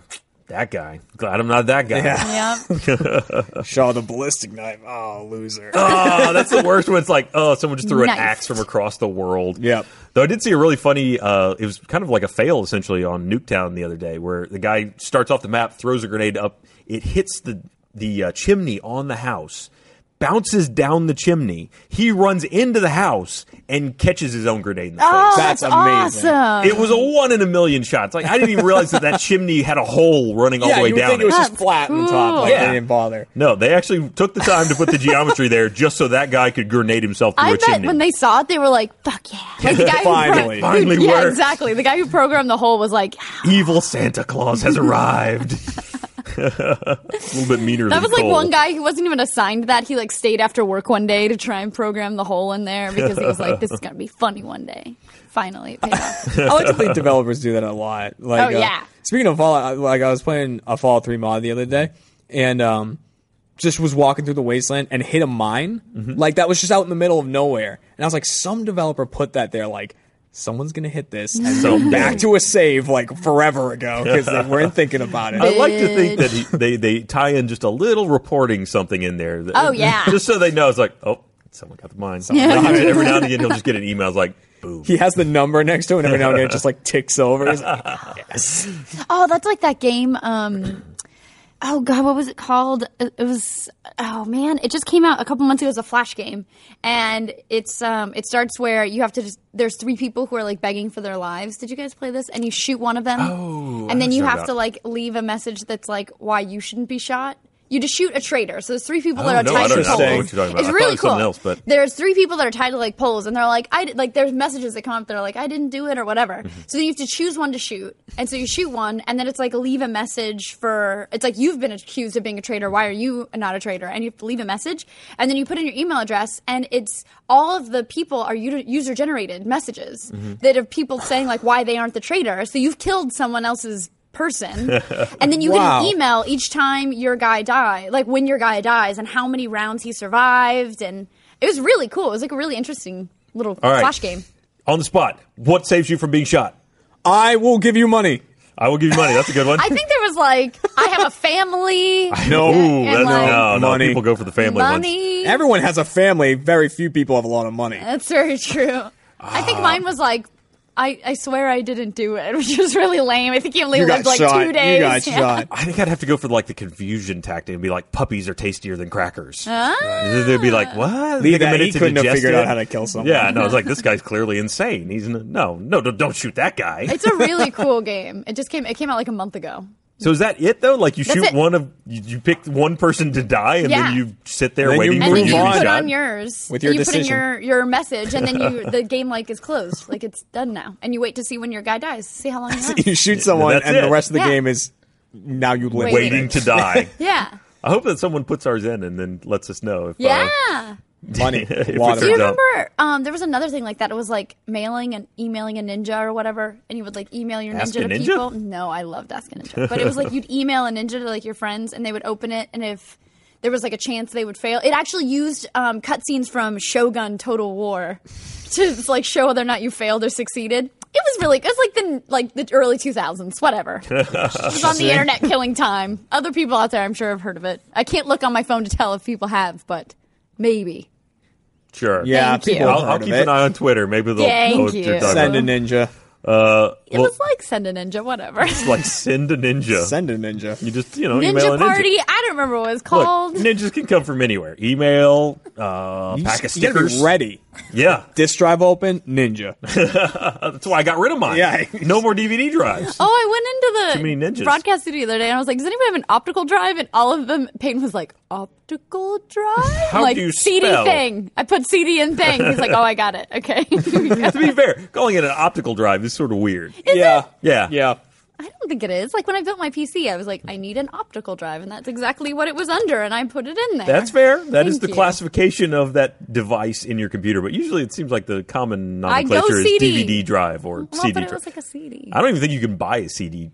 A: that guy. Glad I'm not that guy.
C: Yeah.
B: yep.
C: Shaw the ballistic knife. Oh, loser.
A: oh, that's the worst when it's like, oh, someone just threw an
B: Nice.
A: axe from across the world.
C: Yep.
A: Though I did see a really funny, uh, it was kind of like a fail essentially on Nuketown the other day, where the guy starts off the map, throws a grenade up, it hits the the uh, chimney on the house, bounces down the chimney. He runs into the house and catches his own grenade in the face.
B: Oh,
C: That's
B: that's,
C: amazing.
B: awesome.
A: It was a one in a million shot. It's like I didn't even realize that that chimney had a hole running all
C: yeah,
A: the way
C: you would
A: down
C: think it was just
B: That's
C: flat on top.
B: cool.
C: Like,
A: Yeah.
C: They didn't bother.
A: no, they actually took the time to put the geometry there just so that guy could grenade himself through
B: I
A: a
B: bet
A: chimney.
B: when they saw it, they were like, "Fuck yeah!" Like the guy who pro-
C: Finally.
A: Finally
B: yeah,
A: worked.
B: exactly. The guy who programmed the hole was like,
A: Evil Santa Claus has arrived. a little bit meaner.
B: That
A: than
B: was like
A: Cole.
B: one guy who wasn't even assigned that. He like stayed after work one day to try and program the hole in there because he was like, "This is gonna be funny one day." Finally, it paid off.
C: I like to think developers do that a lot. Like,
B: Oh,
C: uh,
B: yeah.
C: speaking of Fallout, I- like I was playing a Fallout Three mod the other day, and um, just was walking through the wasteland and hit a mine. Like that was just out in the middle of nowhere, and I was like, some developer put that there, like. Someone's gonna hit this and go
A: Someday.
C: back to a save like forever ago because they weren't thinking about it.
A: I like to think that he, they they tie in just a little reporting something in there. that-
B: Oh, yeah.
A: just so they know it's like oh someone got the mine.
B: Yeah.
A: Like, every now and again he'll just get an email. It's like boom.
C: He has the number next to it, and every now and then it just like ticks over. He's like, yes.
B: Oh, that's like that game. Um, oh god, what was it called? It it was oh man, it just came out a couple months ago as a flash game, and it's um, it starts where you have to just there's three people who are like begging for their lives. Did you guys play this? And you shoot one of them,
A: Oh, I
B: and then
A: know
B: you
A: what
B: have
A: you're
B: to
A: about.
B: like leave a message that's like why you shouldn't be shot. You just shoot a traitor. So there's three people
A: Oh,
B: that are
A: no,
B: tied
A: I
C: don't
B: to
C: know. I
B: poles.
C: don't know what
A: you're talking about. I
B: It's
A: thought it
B: really
A: was
B: cool.
A: something else, but-
B: There's three people that are tied to like poles, and they're like, I di- like. There's messages that come up that are like, I didn't do it or whatever. So then you have to choose one to shoot, and so you shoot one, and then it's like leave a message for. It's like you've been accused of being a traitor. Why are you not a traitor? And you have to leave a message, and then you put in your email address, and it's all of the people are user generated messages that have people saying like why they aren't the traitor. So you've killed someone else's person and then you
C: Wow.
B: get an email each time your guy die like when your guy dies and how many rounds he survived and it was really cool it was like a really interesting little
A: All right.
B: flash game
A: on the spot. What saves you from being shot?
C: I will give you money.
A: I will give you money. That's a good one.
B: i think there was like i have a family
A: no,
B: and
A: that's,
B: like,
A: no, no.
C: Money.
A: People go for the family ones.
B: money
C: Everyone has a family. Very few people have a lot of money.
B: that's very true i think
C: Ah.
B: mine was like I, I swear I didn't do it, which was really lame. I think he only
C: You
B: lived
C: got
B: like
C: shot.
B: two days.
C: You got
B: Yeah.
C: shot.
A: I think I'd have to go for like the confusion tactic and be like, puppies are tastier than crackers.
B: Ah.
A: And then They'd be like, what?
C: Lee,
A: Take a
C: that
A: minute
C: he
A: to
C: couldn't have
A: digest
C: figured
A: it?
C: out how to kill someone.
A: Yeah, no, it's like this guy's clearly insane. He's n- no, no, don't, don't shoot that guy.
B: It's a really cool game. It just came. It came out like a month ago.
A: So is that it though? Like you
B: That's
A: shoot
B: it.
A: one of you, you pick one person to die, and
B: Yeah.
A: then you sit there
C: Then you
A: waiting for
C: move
B: and then you
A: you to
C: on.
A: be
B: put
A: shot.
B: on yours and
C: With your
B: you put in
C: decision.
B: your, your message and then you the game like is closed like it's done now and you wait to see when your guy dies see how long you have
C: you shoot someone,
A: That's
C: and
A: it.
C: the rest of the
B: Yeah.
C: game is now you live.
B: Waiting.
A: waiting to die.
B: yeah
A: I hope that someone puts ours in and then lets us know if uh,
B: yeah
C: money,
A: If
C: a
A: we
C: lot of
B: Do you
A: Turns out-
C: money.
B: remember um, there was another thing like that? It was like mailing and emailing a ninja or whatever, and you would like email your
A: Ask
B: ninja
A: a
B: to
A: Ninja?
B: people. No, I loved Ask a Ninja, but it was like you'd email a ninja to like your friends, and they would open it, and if there was like a chance they would fail, it actually used um, cutscenes from Shogun Total War to just, like show whether or not you failed or succeeded. It was really it was like the like the early two thousands, whatever. it was on the internet killing time. Other people out there, I'm sure, have heard of it. I can't look on my phone to tell if people have, but maybe.
A: Sure.
C: Yeah,
B: Thank you.
C: people have
A: I'll, I'll
C: heard of
A: keep
C: it.
A: an eye on Twitter. Maybe they'll
B: Thank
A: know what they're
B: you.
A: talking
C: Send
A: about.
C: a ninja.
A: Uh,
B: It
A: well,
B: was like send a ninja, whatever.
A: like send a ninja.
C: Send a ninja.
A: you just you know email a
B: ninja
A: ninja.
B: party. I don't remember what it was called.
A: Look, ninjas can come from anywhere. Email, uh,
C: You
A: pack of
C: just- you gotta be
A: stickers.
C: ready.
A: Yeah,
C: Disk drive open, ninja.
A: that's why I got rid of mine.
C: Yeah.
A: no more DVD drives.
B: oh, I went
A: Too
B: into
A: many
B: the
A: ninjas.
B: broadcast studio the other day and I was like, does anyone have an optical drive? And all of them, Peyton was like, optical drive?
A: How
B: like,
A: do you
B: CD
A: spell?
B: thing. I put CD in thing. He's like, oh, I got it. Okay. Here we go.
A: to be fair, calling it an optical drive is sort of weird.
C: yeah.
A: Yeah.
C: Yeah.
B: I don't think it is. Like when I built my PC, I was like, I need an optical drive. And that's exactly what it was under. And I put it in there.
A: That's fair. That is
B: Thank
A: the
B: you.
A: classification of that device in your computer. But usually, it seems like the common
B: I go
A: nomenclature is
B: CD.
A: DVD drive or
B: Well,
A: CD
B: but it
A: drive.
B: was like a CD.
A: I don't even think you can buy a CD,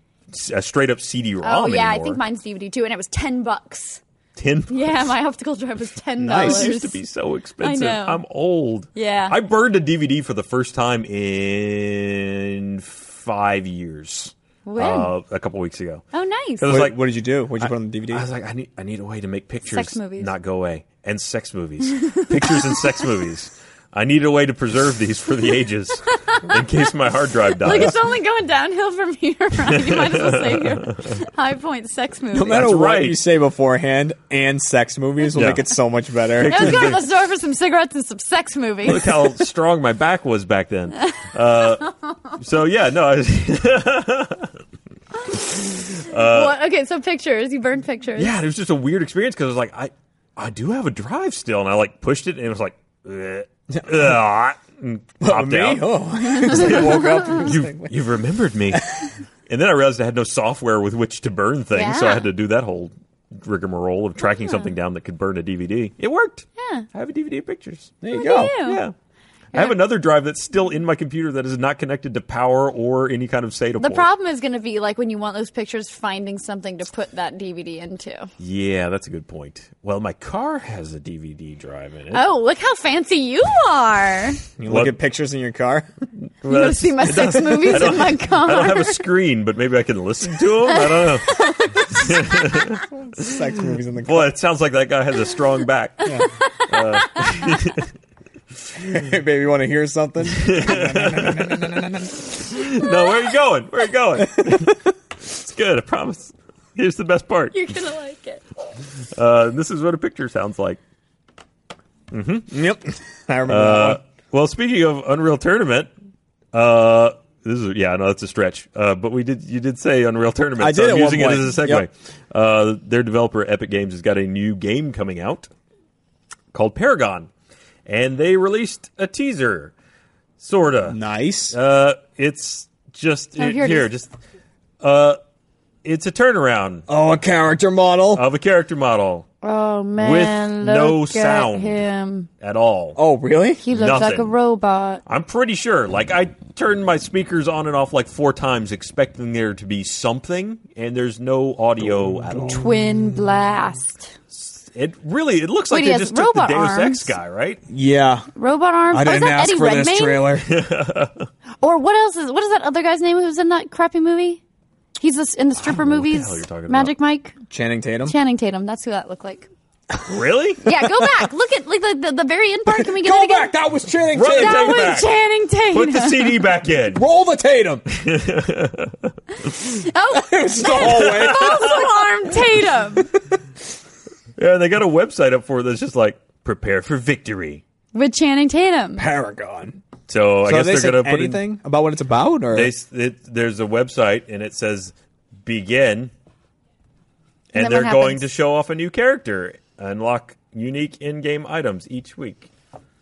A: a straight up CD-ROM
B: Oh, yeah. I
A: anymore.
B: think mine's DVD too. And it was 10 bucks.
A: Ten.
B: Yeah, my optical drive was ten dollars.
C: Nice.
A: It used to be so expensive.
B: I know.
A: I'm old.
B: Yeah.
A: I burned a DVD for the first time in five years.
B: When?
A: Uh, a couple weeks ago.
B: Oh, nice.
A: It was
C: What,
A: like-
C: what did you do? What did you put on the DVD?
A: I was like, I need, I need a way to make pictures
B: Sex movies.
A: not go away. And sex movies. pictures and sex movies. I need a way to preserve these for the ages in case my hard drive dies.
B: Look, it's only going downhill from here. Right? You might as well say your high point sex movie.
C: no matter
A: That's
C: what
A: right.
C: you say beforehand, and sex movies will
A: Yeah.
C: make it so much better.
B: I was going to the store for some cigarettes and some sex movies.
A: Look how strong my back was back then. Uh, so yeah, no, I was,
B: What- okay, so pictures. You burned pictures.
A: Yeah, it was just a weird experience because I was like, I, I do have a drive still, and I like pushed it, and it was like, "Ugh, ugh," and popped
C: Me?
A: out.
C: Oh. Just like woke up. and was like,
A: You, you've remembered me. and then I realized I had no software with which to burn things, so I
B: Yeah.
A: had to do that whole rigmarole of tracking something down that could burn a DVD. It worked.
B: Yeah.
A: I have a DVD of pictures.
C: There you
B: Look
C: go.
B: at you.
A: Yeah. I have another drive that's still in my computer that is not connected to power or any kind of SATA
B: The
A: port.
B: problem is going to be like when you want those pictures, finding something to put that DVD into.
A: yeah, that's a good point. Well, my car has a DVD drive in it.
B: Oh, look how fancy you are!
C: You
A: What-
C: look at pictures in your car.
A: Well,
B: You want to
A: that's-
B: see my sex movies in my car?
A: I don't have a screen, but maybe I can listen to him. I don't know.
C: sex movies in the car.
A: Boy, it sounds like that guy has a strong back.
C: Hey, baby, want to hear something?
A: No, where are you going? Where are you going? it's good, I promise. Here's the best part.
B: You're gonna like it.
A: Uh, this is what a picture sounds like.
C: yep. I remember
A: Uh,
C: that
A: well, speaking of Unreal Tournament, uh, this is yeah, no, that's a stretch. Uh, but we did you did say Unreal Tournament.
C: I
A: so
C: did
A: I'm
C: at one
A: using
C: point.
A: it as a segue.
C: Yep.
A: Uh, their developer Epic Games has got a new game coming out called Paragon, and they released a teaser, sorta.
C: one. Nice.
A: Uh, it's just
B: Oh, here it
A: here
B: is.
A: just uh, it's a turnaround
C: oh, a character model.
A: of a character model
B: Oh
A: man, no look at sound.
B: him.
A: at all.
C: oh, really?
B: He
A: looks like a Nothing.
B: robot.
A: I'm pretty sure. Like I turned my speakers on and off like four times, expecting there to be something, and there's no audio at all.
B: Twin blast.
A: It really it looks like
B: Wait, he
A: they
B: has
A: just took the
B: robot
A: Deus
B: arms.
A: Ex guy, right?
C: Yeah.
B: Robot arms.
C: I
B: Oh, is
C: didn't
B: that
C: ask
B: Eddie
C: for
B: Redmayne?
C: this trailer.
B: Or what else is what is that other guy's name who's in that crappy movie? He's this, in the stripper
A: know what the
B: movies.
A: hell you're talking
B: Magic Mike,
C: Channing Tatum.
B: Channing Tatum. That's who that looked like.
A: Really?
B: Yeah, go back. Look at like the, the, the very end part. Can we get it
C: Go
B: again?
C: back. That was Channing
A: Right,
C: Tatum.
A: take
B: that
A: it
B: was
A: back.
B: Channing Tatum.
A: Put the CD back in.
C: Roll the Tatum.
B: oh,
C: It's the hallway.
A: Oh,
B: false alarm Tatum.
A: Yeah, and they got a website up for it that's just like prepare for victory.
B: With Channing Tatum.
C: Paragon.
A: So, I
C: So
A: guess
C: they
A: are
C: said
A: gonna put in-
C: anything about what it's about, or
A: they s- it, there's a website and it says begin and,
B: then
A: they're
B: what
A: going
B: happens?
A: to show off a new character unlock unique in-game items each week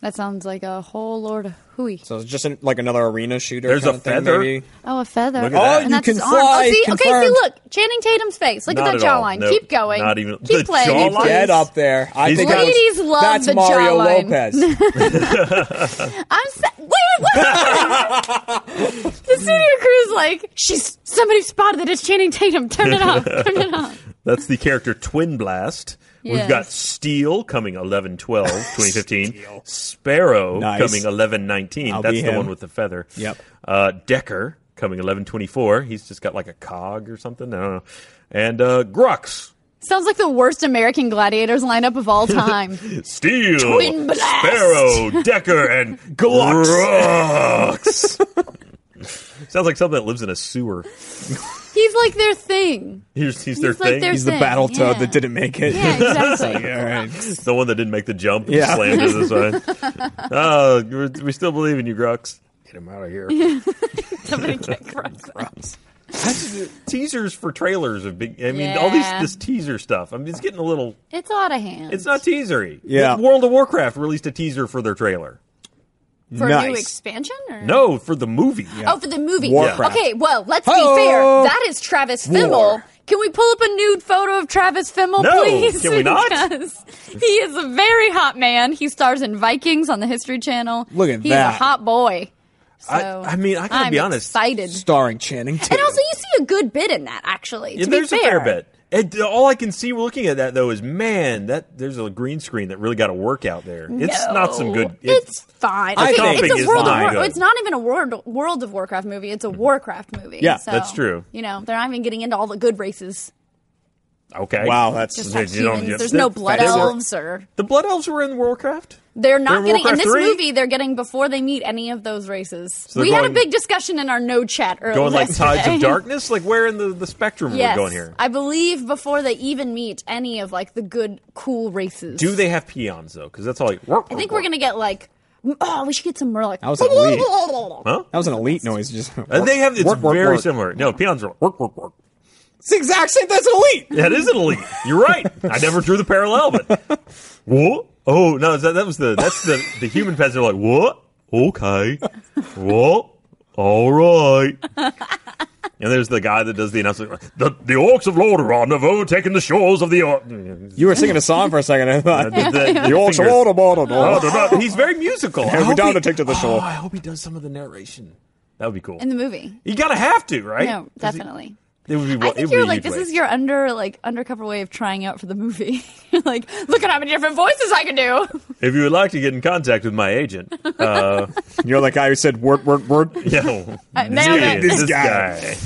B: That sounds like a whole lord of hooey.
C: So it's just an, like another arena shooter.
A: There's
C: kind
A: a
C: of thing,
A: feather.
C: maybe?
B: Oh, a feather.
A: Look at that.
B: And
C: Oh, you
B: that's
C: can
B: his arm.
C: fly,
B: Oh, see, okay, see,
C: confirmed.
B: look, Channing Tatum's face. Look
A: Not
B: at that
A: at all.
B: jawline.
A: Nope.
B: Keep going.
A: Not even-
B: Keep
A: the
B: playing.
A: jawline?
B: please.
A: Dead
C: Get up there. I
A: He's
C: think
A: got-
C: that was-
B: Ladies love
C: that's
B: the
C: Mario
B: jawline.
C: Lopez.
B: I'm sa- wait, wait, wait. the studio crew's like, she's somebody spotted that it's Channing Tatum. Turn it off. Turn it off.
A: That's the character Twin Blast. We've
B: Yes.
A: got Steel coming 11 12, 2015. Sparrow
C: Nice.
A: coming 11 19.
C: I'll
A: That's
C: be
A: the
C: him.
A: one with the feather.
C: Yep.
A: Uh, Decker coming 11 24. He's just got like a cog or something. I don't know. And uh, Grux.
B: Sounds like the worst American Gladiators lineup of all time.
A: Steel,
B: Twin Blast.
A: Sparrow, Decker, and Grux. Sounds like something that lives in a sewer.
B: He's like their thing.
A: Here's, he's their
B: He's like
A: thing.
B: their-
C: He's the
B: Thing,
C: battle toad
B: yeah.
C: that didn't make it.
B: Yeah, exactly.
C: All right.
A: It's the one that didn't make the jump and
C: Yeah.
A: slammed into the side. Oh, we're- we still believe in you, Grux. Get him out of here.
B: Somebody get Grux.
A: Teasers for trailers of big. I mean, all these
B: Yeah.
A: this teaser stuff. I mean, it's getting a little.
B: It's out of hand.
A: It's not teasery.
C: Yeah.
A: World of Warcraft released a teaser for their trailer.
B: for a new
C: nice.
B: expansion or
A: No, for the movie.
B: Oh, for the movie.
C: Warcraft.
B: Okay, well, let's
C: Hello.
B: be fair. That is Travis
C: War.
B: Fimmel. Can we pull up a nude photo of Travis Fimmel,
A: No,
B: please?
A: can we not?
B: Because he is a very hot man. He stars in Vikings on the History Channel.
C: Look at
B: He's
C: that.
B: a hot boy. So
A: I, I mean, I gotta
B: am
A: be honest.
B: Excited.
C: Starring Channing Tatum.
B: And also, you see a good bit in that, actually.
A: Yeah,
B: to
A: there's
B: be
A: a
B: fair.
A: fair bit. And all I can see looking at that though is man, that there's a green screen that really got to work out there. It's not some
B: No,
A: good.
B: It's fine.
A: I
B: Okay,
A: think
B: it's
A: it's
B: a World of
A: not
B: War-
A: good.
B: It's not even a World World of Warcraft movie. It's a Warcraft movie.
C: Yeah,
B: So,
A: that's true.
B: You know, they're not even getting into all the good races.
A: okay.
C: Wow, that's
B: Just
A: Yeah,
B: have
A: you don't-
B: humans.
A: yeah,
B: There's
A: they're-
B: no blood
A: they were-
B: elves or
A: The blood elves were in Warcraft.
B: they're not
A: They're in
B: getting in this
A: Warcraft 3?
B: movie. They're getting before they meet any of those races.
A: they're
B: we had
A: going-
B: a big discussion in our no chat earlier.
A: Going like Tides
B: yesterday.
A: of Darkness? Like where in the, the spectrum are
B: Yes,
A: we going here?
B: I believe before they even meet any of like the good, cool races.
A: Do they have peons though? Because that's all. Like,
B: I think we're gonna get like. Oh, we should get some more like.
C: That was elite.
A: Huh?
C: that was an elite noise. Just
A: Uh, they have. It's
C: work, work,
A: very
C: work.
A: similar. No, peons are work work work.
C: It's the exact same. That's an elite.
A: That is an elite. You're right. I never drew the parallel, but what? Oh no, is that that was the that's the the human peasants are like what? Okay, what? All right. And there's the guy that does the announcement. The the orcs of Lordaeron have overtaken the shores of the. Or-
C: You were singing a song for a second. I thought.
A: the- the- the
C: York's
A: fingers.
C: water bottle.
A: Oh, they're not- He's very musical. I
C: we're
A: hope
C: down
A: he-
C: to take to the
A: Oh,
C: shore.
A: I hope he does some of the narration. That would be cool.
B: in the movie?
A: you gotta have to, right?
B: No, definitely.
A: It would
B: I
A: be. it would
B: think
A: be a
B: you're like
A: huge
B: this
A: wave.
B: is your under like undercover way of trying out for the movie. You're like, look at how many different voices I can do.
A: If you would like to get in contact with my agent, uh,
C: You're the guy who said word, word, word.
A: yeah,
B: nailed it.
A: this,
C: This
A: guy.
C: guy.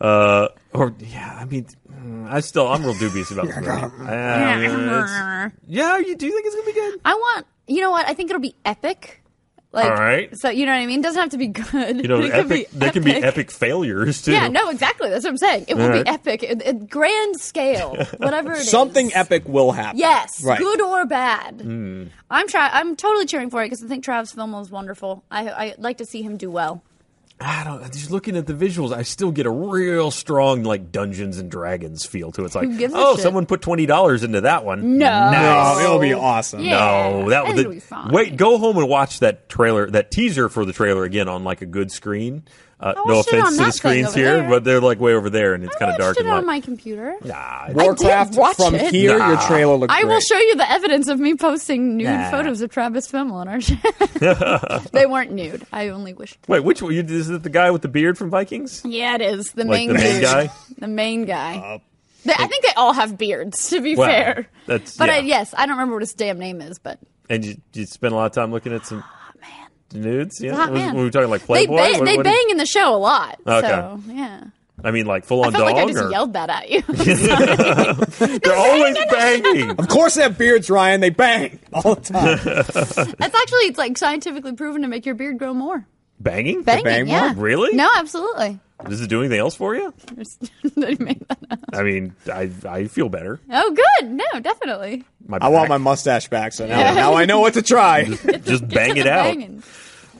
A: Uh, or yeah, I mean, mm, I still I'm real dubious about the movie. I- it's- yeah, you do you think it's gonna be good?
B: I want, you know what? I think it'll be epic. Like,
A: All right.
B: So you know what I mean? Doesn't have to be good.
A: You know,
B: it could
A: epic. They can be epic failures too.
B: Yeah, no, exactly. That's what I'm saying. It will
A: All
B: be
A: right.
B: epic, It- it- grand scale, whatever. it is.
C: Something epic will happen.
B: Yes,
C: Right.
B: good or bad.
A: Hmm.
B: I'm try. I'm totally cheering for it because I think Travis Fimmel is wonderful. I I like to see him do well.
A: I don't. Just looking at the visuals, I still get a real strong like Dungeons and Dragons feel to it. It's like,
B: Who gives a
A: oh,
B: shit?
A: someone put twenty dollars into that one.
B: No,
C: Oh, it'll be awesome.
B: Yeah.
A: No, that
B: I
A: was
B: think it'll be fine.
A: wait. Go home and watch that trailer, that teaser for the trailer again on like a good screen. Uh,
B: I
A: no
B: watched it on
A: offense to the
B: that thing
A: screens
B: over
A: here,
B: there.
A: but they're like way over there, and it's
B: I
A: kind of
B: watched
A: dark
B: it
A: and
B: on
A: light.
B: my computer.
A: Nah,
C: Warcraft
B: watch
C: from
B: it.
C: here,
A: Nah.
C: your trailer looked
B: I
C: great.
B: will show you the evidence of me posting nude
A: Nah.
B: photos of Travis Fimmel on our chat. they weren't nude. I only wished.
A: Wait, which one? you- Is it the guy with the beard from Vikings?
B: Yeah, it is the
A: Like
B: main
A: the main
B: dude.
A: guy?
B: The main guy. They- I think they all have beards. To be
A: Well,
B: fair,
A: that's-
B: but I,
A: yeah.
B: yes, I don't remember what his damn name is, but
A: And you, you spend a lot of time looking at some nudes. Yeah,
B: the hot
A: Was-
B: Ah, man.
A: were we talking like
B: they
A: Playboy?
B: bang,
A: What-
B: they
A: what do you-
B: bang in the show a lot.
A: Okay.
B: So yeah,
A: I mean, like full
B: I
A: on
B: felt
A: dog.
B: like I just
A: or-
B: yelled that at you.
A: They're always banging.
C: Of course, they have beards, Ryan. They bang all the time.
B: That's actually it's like scientifically proven to make your beard grow more.
A: banging?
B: Banging,
C: bang more?
B: yeah.
A: Really?
B: No, absolutely.
A: Does it do anything else for you?
B: They made that up.
A: I mean, I I feel better.
B: oh, good. No, definitely.
A: My
C: I want my
A: back-
C: mustache back, so now, now I know what to try.
A: just bang it
B: The
A: out.
B: banging.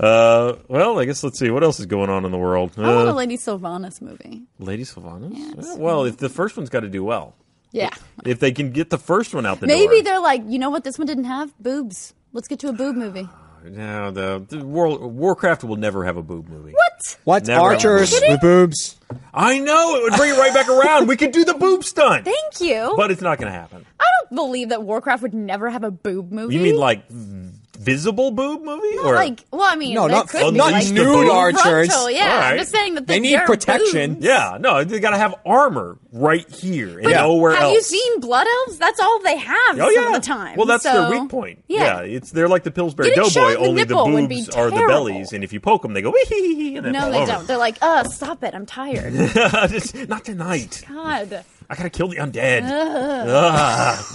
A: Uh, well, I guess let's see what else is going on in the world.
B: I want a
A: Uh,
B: Lady Sylvanas movie.
A: Lady Sylvanas.
B: Yes.
A: Yeah, well, if the first one's got to do well,
B: Yeah.
A: if they can get the first one out the door,
B: Maybe they're like, you know what? This one didn't have boobs. Let's get to a boob movie.
A: No, the, the World, Warcraft will never have a boob movie.
B: What?
C: What?
A: Never
C: Archers
A: happened.
C: with boobs.
A: I know it would bring it right back around. We could do the boob stunt,
B: Thank you.
A: but it's not going to happen.
B: I don't believe that Warcraft would never have a boob movie.
A: You mean like visible boob movie
B: Not
A: or
B: like? Well, I mean,
C: No,
B: that
C: not-
B: could be
A: not
B: like
A: nude
B: frontal,
C: archers.
B: Yeah,
A: All
B: I'm
A: right.
B: just saying that
C: They need
B: there are
C: protection.
B: boobs.
A: Yeah, no, they got to have armor right here and nowhere
B: have
A: else.
B: you seen Blood Elves? That's all they have
A: Oh
B: some
A: yeah,
B: of the time.
A: Well, that's
B: so,
A: their weak point.
B: Yeah.
A: Yeah. it's they're like the Pillsbury
B: Getting shot
A: Doughboy.
B: in the
A: only the
B: nipple would be
A: boobs are the
B: terrible.
A: bellies, and if you poke them, they go wee hee hee, and then
B: No,
A: fall
B: they
A: over.
B: don't. They're like, uh, stop it. I'm tired.
A: Just, not tonight.
B: God.
A: I gotta kill the undead. Ah.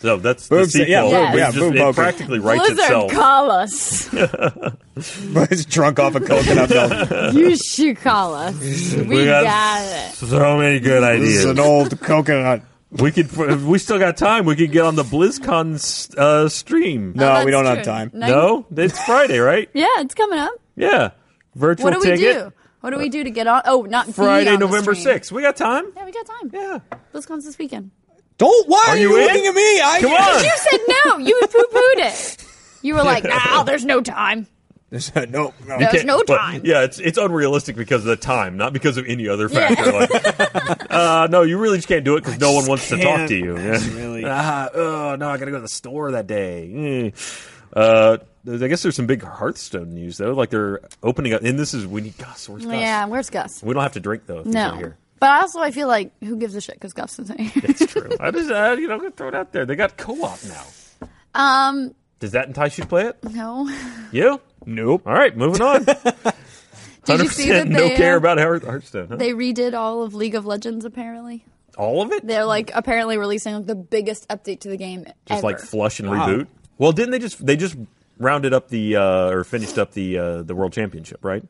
A: So that's the
C: Boobs- yeah,
A: sequel.
B: boob-
A: It
B: yeah,
A: just-
C: boob
A: it
C: poking.
A: practically writes
B: Blizzard,
A: itself.
B: call us.
C: It's drunk off a coconut milk.
B: You should call us. We got it.
A: so many good
C: This is an old coconut.
A: We could. We still got time. We could get on the BlizzCon uh, stream.
C: No,
B: Oh, That's
C: we don't have
B: true.
C: time.
B: Nine-
A: No, it's Friday, right?
B: Yeah, it's coming up.
A: Yeah, virtual
B: What do we
A: ticket.
B: do? What do we do to get on? Oh, not be
A: Friday,
B: on the
A: November
B: stream.
A: sixth. We got time.
B: Yeah, we got time.
A: Yeah.
B: BlizzCon's this weekend.
C: Don't. Why are,
A: you
C: you,
A: in?
C: looking at me? I,
A: Come on.
B: You said no. You poo pooed it. You were like, "Ah, there's no time.
C: no, no.
B: There's no
A: But,
B: time."
A: yeah, it's it's unrealistic because of the time, not because of any other
B: Yeah.
A: factor. Like, uh, no, you really just can't do it because no one wants to talk
C: can't.
A: to you.
C: That's
A: Yeah.
C: really-
A: Ah, oh no, I gotta go to the store that day. Mm. Uh, I guess there's some big Hearthstone news though. Like they're opening up, and this is we need Gus. Where's Gus?
B: Yeah, where's Gus?
A: We don't have to drink though. If he's not
B: No.
A: here.
B: But also, I feel like who gives a shit because Gus isn't here.
A: It's true. I just uh, you know I'm gonna throw it out there. They got co-op now.
B: um,
A: Does that entice you to play it?
B: no.
A: You?
C: Nope.
A: All right, moving on.
B: Did you see that
A: no
B: they,
A: care
B: uh,
A: about Hearth- Hearthstone. Huh?
B: They redid all of League of Legends. Apparently,
A: All of it?
B: they're like apparently releasing like the biggest update to the game
A: just
B: ever.
A: like flush and reboot. Well, didn't they just they just rounded up the uh, or finished up the uh, the world championship, right?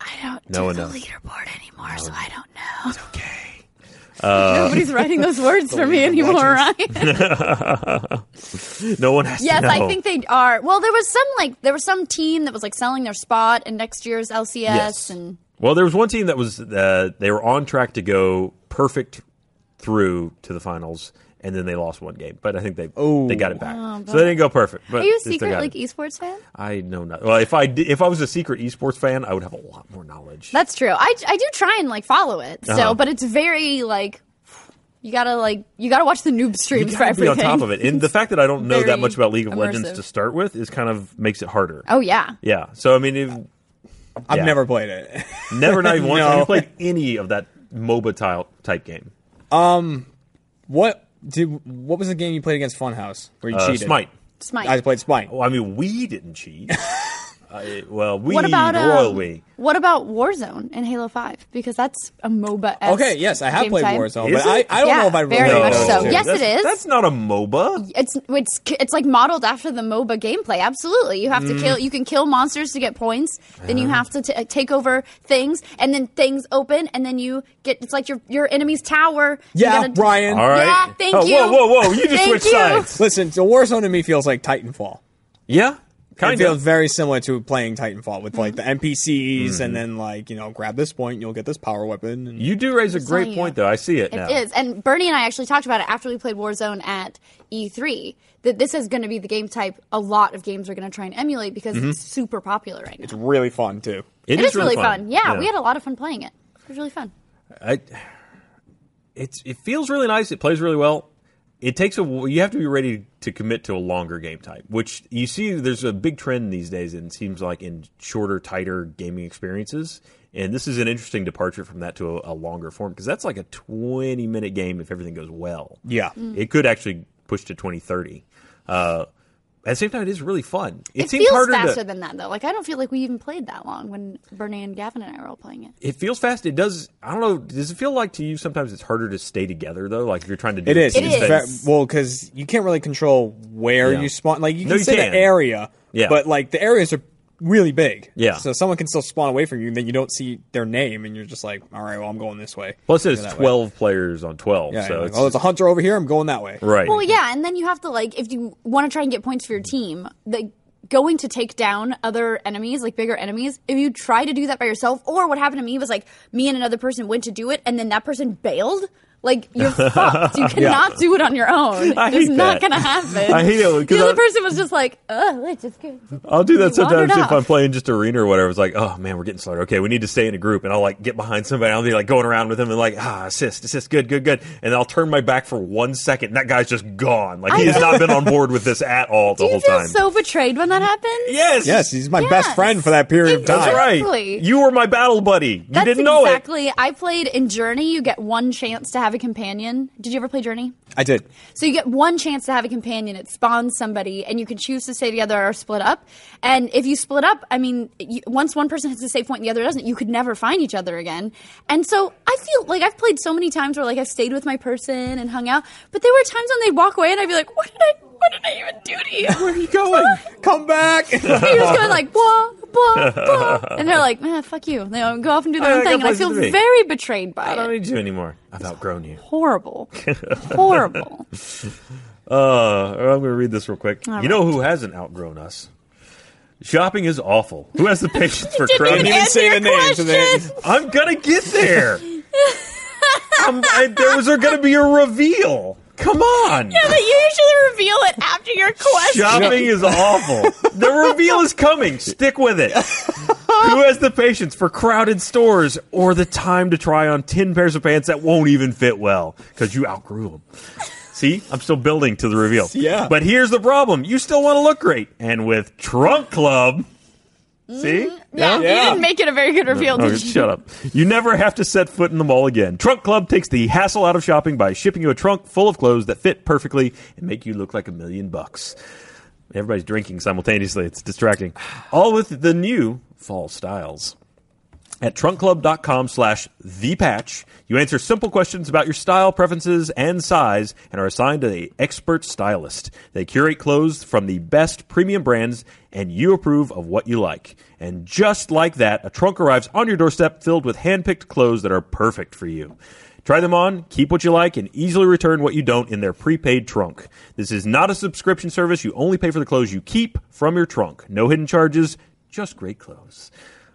B: I don't
A: No
B: do
A: one
B: the
A: knows.
B: leaderboard anymore, so I don't know.
A: Okay. Uh,
B: Nobody's writing those words for me anymore, Ryan.
A: No one has
B: yes,
A: to know.
B: I think they are. Well, there was some like there was some team that was like selling their spot in next year's LCS, and
A: Well, there was one team that was uh, they were on track to go perfect through to the finals, and then they lost one game. But I think they they got it back, so they didn't go perfect. But
B: Oh. are you a
A: they still
B: secret
A: got
B: like e-
A: it.
B: esports fan?
A: I know not. Well, if I did, if I was a secret esports fan, I would have a lot more knowledge.
B: That's true. I I do try and like follow it, so
A: Uh-huh.
B: but it's very like. You gotta like you gotta watch the noob
A: you
B: streams for
A: gotta be on
B: everything.
A: top of it, and the fact that I don't know
B: Very
A: that much about League of Legends
B: immersive.
A: to start with is kind of makes it harder.
B: Oh yeah,
A: Yeah. So I mean, if,
C: I've
A: Yeah.
C: never played it.
A: never not even once
C: No.
A: have you played any of that MOBA tile type game.
C: What did? What was the game you played against Funhouse where you
A: Uh,
C: cheated?
A: Smite.
B: Smite.
C: I played Smite.
A: Well, I mean, we didn't cheat. I, well, we
B: what about um,
A: royal we.
B: what about Warzone and Halo Five? Because that's a MOBA.
C: Okay, yes, I have
B: game
C: played
B: type.
C: Warzone,
A: Is
C: but I,
A: it?
C: I don't
B: Yeah,
C: know if I
B: very
C: really
B: much so.
C: know those two.
B: Yes, it
A: that's,
B: is.
A: That's not a MOBA.
B: It's it's it's like modeled after the MOBA gameplay. Absolutely, you have to kill. You can kill monsters to get points. Then you have to t- uh, take over things, and then things open, and then you get. It's like your your enemy's tower. You
C: Yeah,
B: gotta-
C: Ryan.
A: All right.
B: Yeah, thank
A: oh,
B: you.
A: Whoa, whoa, whoa! You just
B: Thank
A: switched
B: you.
A: sides.
C: Listen, so Warzone to me feels like Titanfall.
A: Yeah,
C: it
A: kind
C: feels
A: of.
C: very similar to playing Titanfall with
B: Mm-hmm.
C: like the NPCs
A: Mm-hmm.
C: and then like you know grab this point, you'll get this power weapon. And
A: You do raise a
B: telling
A: great
B: you.
A: point, though. I see it,
B: It
A: now.
B: is, And Bernie and I actually talked about it after we played Warzone at E3 that this is going to be the game type a lot of games are going to try and emulate because it's super popular right now.
C: it's really fun too.
A: Mm-hmm. It
B: It is really fun. Yeah,
A: we
B: we had a lot of fun playing it. It was really fun.
A: I, it's it feels really nice. It plays really well. It takes a wh- you have to be ready to commit to a longer game type, which you see there's a big trend these days, and it seems like in shorter, tighter gaming experiences. And this is an interesting departure from that to a, a longer form because that's like a 20 minute game if everything goes well.
B: Mm.
C: Yeah,
B: Mm-hmm.
A: It could actually push to 20, 30. Uh, at the same time, it is really fun. It,
B: It
A: seems
B: feels
A: harder
B: faster
A: to,
B: than that though. Like I don't feel like we even played that long when Bernie and Gavin and I were all playing it.
A: It feels fast. It does. I don't know. Does it feel like to you sometimes it's harder to stay together though? Like if you're trying to do
C: it is.
A: two
B: It
C: it's
B: is.
A: things.
C: ve- well, because you can't really control where
A: Yeah.
C: you spawn. Like you
A: No,
C: can
A: you
C: say
A: can.
C: the area,
A: Yeah.
C: but like the areas are really big.
A: Yeah.
C: so someone can still spawn away from you, and then you don't see their name, and you're just like, all right, well, I'm going this way.
A: Plus, it's
C: Go that way.
A: twelve players on twelve,
C: Yeah,
A: so
C: you're like,
A: it's
C: oh, there's a hunter over here. I'm going that way.
A: right.
B: Well, yeah, and then you have to like if you want to try and get points for your team, like going to take down other enemies, like bigger enemies. If you try to do that by yourself, or what happened to me was like me and another person went to do it, and then that person bailed. Like you're fucked. You cannot do it on your own.
A: I
B: it's
A: hate
B: not
A: that.
B: gonna happen.
A: I hate it,
B: The
A: 'cause
B: other
A: I-
B: person was just like, "Ugh, let's just go."
A: I'll do that
B: You wandered
A: sometimes if I'm
B: off.
A: playing just arena or whatever. It's like, oh man, we're getting slaughtered. Okay, we need to stay in a group, and I'll like get behind somebody. I'll be like going around with them and like ah assist, assist, good, good, good, and I'll turn my back for one second. And that guy's just gone. Like he
B: I
A: has
B: know.
A: not been on board with this at all the
B: Do you
A: whole
B: feel
A: time.
B: so betrayed when that happens?
A: yes,
C: Yes, he's my
B: Yes.
C: best friend for that period of
B: That's
C: time.
A: That's right.
B: Exactly.
A: You were my battle buddy. You
B: That's
A: didn't know it.
B: exactly. I played in Journey. You get one chance to have a companion. Did you ever play Journey?
C: I did.
B: So you get one chance to have a companion. It spawns somebody, and you can choose to stay together or split up. And if you split up, I mean, you, once one person hits a save point and the other doesn't, you could never find each other again. And so I feel like I've played so many times where like I've stayed with my person and hung out, but there were times when they'd walk away and I'd be like, "What did I? What did I even do to you?"
C: Where are you going? Come back.
B: You're just going like blah blah blah, and they're like, "Man, fuck you." They go off and do
A: Oh, I
B: their own
A: got
B: thing, and I
A: places
B: feel
A: to be.
B: very betrayed by
A: I don't
B: it.
A: need you anymore. I've outgrown you.
B: Horrible, horrible.
A: Uh, I'm going to read this real quick.
B: All
A: you know who hasn't outgrown us? Shopping is awful. Who has the patience for
B: Didn't
A: crowding?
B: even
C: even
B: answer
C: say
B: your
C: the name, so they-
B: question.
A: I'm gonna get there. I'm, I, there was gonna be a reveal. Come on.
B: But you usually reveal it after your question.
A: Shopping is awful. The reveal is coming. Stick with it. Who has the patience for crowded stores or the time to try on 10 pairs of pants that won't even fit well because you outgrew them? See, I'm still building to the reveal.
C: Yeah.
A: But here's the problem you still want to look great. And with Trunk Club. See?
B: yeah, you
C: Yeah.
B: didn't make it a very good reveal,
A: Oh,
B: did you?
A: shut up. You never have to set foot in the mall again. Trunk Club takes the hassle out of shopping by shipping you a trunk full of clothes that fit perfectly and make you look like a million bucks. Everybody's drinking simultaneously. It's distracting. All with the new fall styles. At trunkclub.com slash the patch, you answer simple questions about your style, preferences, and size, and are assigned a expert stylist. They curate clothes from the best premium brands, and you approve of what you like. And just like that, a trunk arrives on your doorstep filled with handpicked clothes that are perfect for you. Try them on, keep what you like, and easily return what you don't in their prepaid trunk. This is not a subscription service. You only pay for the clothes you keep from your trunk. No hidden charges, just great clothes.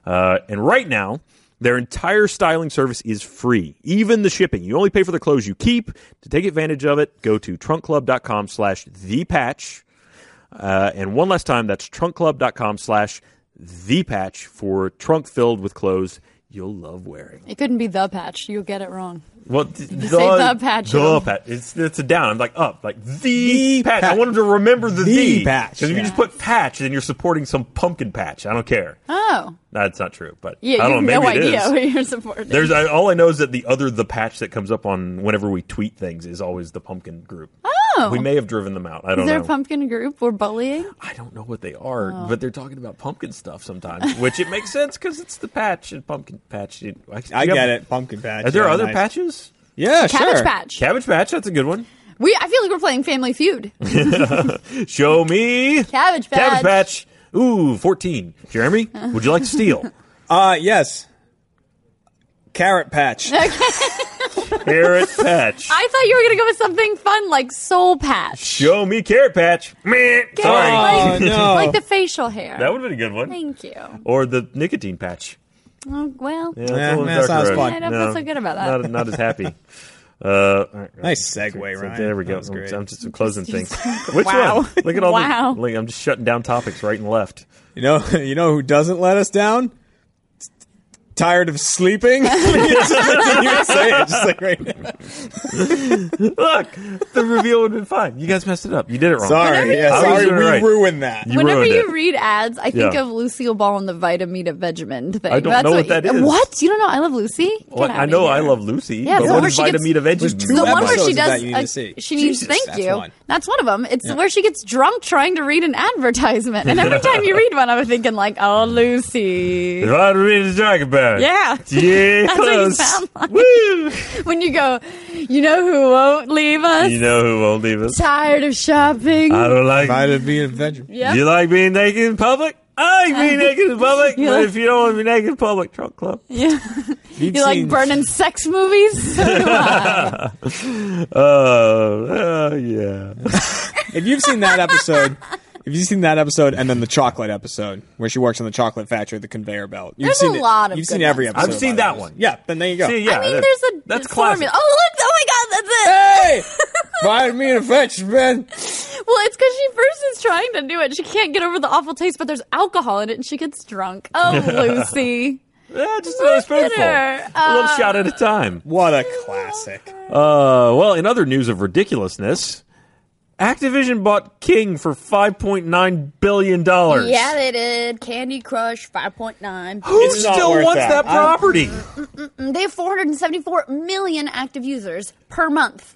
A: Uh, and right now, their entire styling service is free, even the shipping. You only pay for the clothes you keep. To take advantage of it, go to trunkclub.com slash the patch. Uh, and one last time, that's trunkclub.com slash the patch for trunk filled with clothes you'll love wearing.
B: It couldn't be the patch. You'll get it wrong.
A: Well, th- the,
B: say the patch, you know.
A: The patch. It's, it's a down. I'm like up. Like the, patch. I
C: patch.
A: wanted to remember the,
C: The
A: the
C: patch,
A: Because if you
C: yeah.
A: just put patch, then you're supporting some pumpkin patch. I don't care.
B: Oh,
A: That's not true. But
B: yeah,
A: I
B: you
A: don't
B: have
A: know.
B: no
A: Maybe it
B: idea
A: is.
B: who you're supporting.
A: There's I, all I know is that the other the patch that comes up on whenever we tweet things is always the pumpkin group.
B: Oh.
A: we may have driven them out. I don't
B: Is there
A: know.
B: a Oh. pumpkin group or bullying?
A: I don't know what they are, but they're talking about pumpkin stuff sometimes, which it makes sense because it's the patch and pumpkin patch. It- I,
C: I
A: you have-
C: get it. Pumpkin patch.
A: Are there
C: yeah,
A: other
C: nice.
A: patches?
C: Yeah,
B: Cabbage
C: sure.
B: patch.
A: Cabbage patch. That's a good one.
B: we I feel like we're playing Family Feud.
A: Show me
B: Cabbage patch.
A: Cabbage patch. Ooh, fourteen. Jeremy, would you like to steal?
C: Uh, yes. Carrot patch.
A: Carrot patch.
B: I thought you were gonna go with something fun like soul patch.
A: Show me carrot patch. Meh. Sorry,
C: Oh,
B: Like,
C: no.
B: like the facial hair.
A: that would have been a good one.
B: Thank you.
A: or the nicotine patch.
B: Oh, well,
A: Yeah, it's a
C: Yeah,
A: little
C: yeah, it's
A: darker
C: not as
A: red.
C: fun.
B: I don't feel so good about that.
A: Not, not as happy. Uh, all right,
C: Nice segue,
A: so
C: Ryan.
A: There we
C: That
A: go.
C: was great.
A: I'm just closing things. Which
B: Wow.
A: one? Look at all
B: Wow.
A: the. Look, I'm just shutting down topics right and left.
C: You know, you know who doesn't let us down? Tired of sleeping? you didn't even say it. Just like right now.
A: Look, the reveal would have been fine. You guys messed it up. You did it wrong.
C: Sorry, yeah,
A: I was
C: sorry, we
A: doing it right.
C: ruined that.
A: You
B: Whenever
A: ruined
B: you
A: it.
B: read ads, I think
A: Yeah.
B: of Lucille Ball and the Vitamita Vegemint thing.
A: I don't
B: That's
A: know what that is.
B: What? You don't know I Love Lucy? Get
A: Well,
B: out
A: I
B: of
A: know
B: here.
A: I love Lucy,
B: Yeah,
A: but
B: the
A: what
B: one
A: is
B: she gets-
A: Vitamin of
C: There's
A: Veggie?
C: two
B: the one where
C: episodes
B: she
C: of
B: does
C: that you need
B: a-
C: to see.
B: she needs
C: Jesus,
B: thank
C: that's
B: you
C: one.
B: that's one of them it's where she gets drunk trying to read an advertisement and every time you read one i'm thinking like oh lucy
A: Vitamin is talking about.
B: Yeah.
A: Yeah,
B: That's what you
A: close.
B: sound like.
A: Woo!
B: when you go you know who won't leave us
A: You know who won't leave us?
B: tired of shopping
A: I don't like
C: Might be a vegetable.
B: Yep.
A: You like being naked in public? I like being naked in public,
B: You
A: but
B: like-
A: if you don't want to be naked in public, trunk club.
B: yeah.
C: You've
B: you like
C: seen-
B: burning sex movies so do I.
A: Uh, uh, yeah.
C: If you've seen that episode, if you've seen that episode, and then the chocolate episode where she works in the chocolate factory, the conveyor belt. You've
B: There's a
C: seen it-
B: lot of
C: You've
B: good
C: seen every
B: ones.
C: episode.
A: I've seen
C: of
A: that
C: those.
A: one.
C: Yeah, then there you go.
A: See, yeah,
B: i mean
A: that-
B: there's a
A: that's
B: formula
A: classic.
B: oh look oh my god That's it.
C: Hey! Find me an affection, man.
B: Well, it's because she first is trying to do it. She can't get over the awful taste, but there's alcohol in it, and she gets drunk. Oh, Lucy.
A: Yeah, just another spoonful.
B: her.
A: a little shot at a time.
C: What a classic.
A: Uh, well, in other news of ridiculousness, Activision bought King for $5.9 billion.
B: Yeah, they did. Candy Crush 5.9.
A: Who
C: It's not
A: still
C: worth
A: wants
C: that.
A: that,
C: I-
A: property?
B: Mm, They have 474 million active users per month.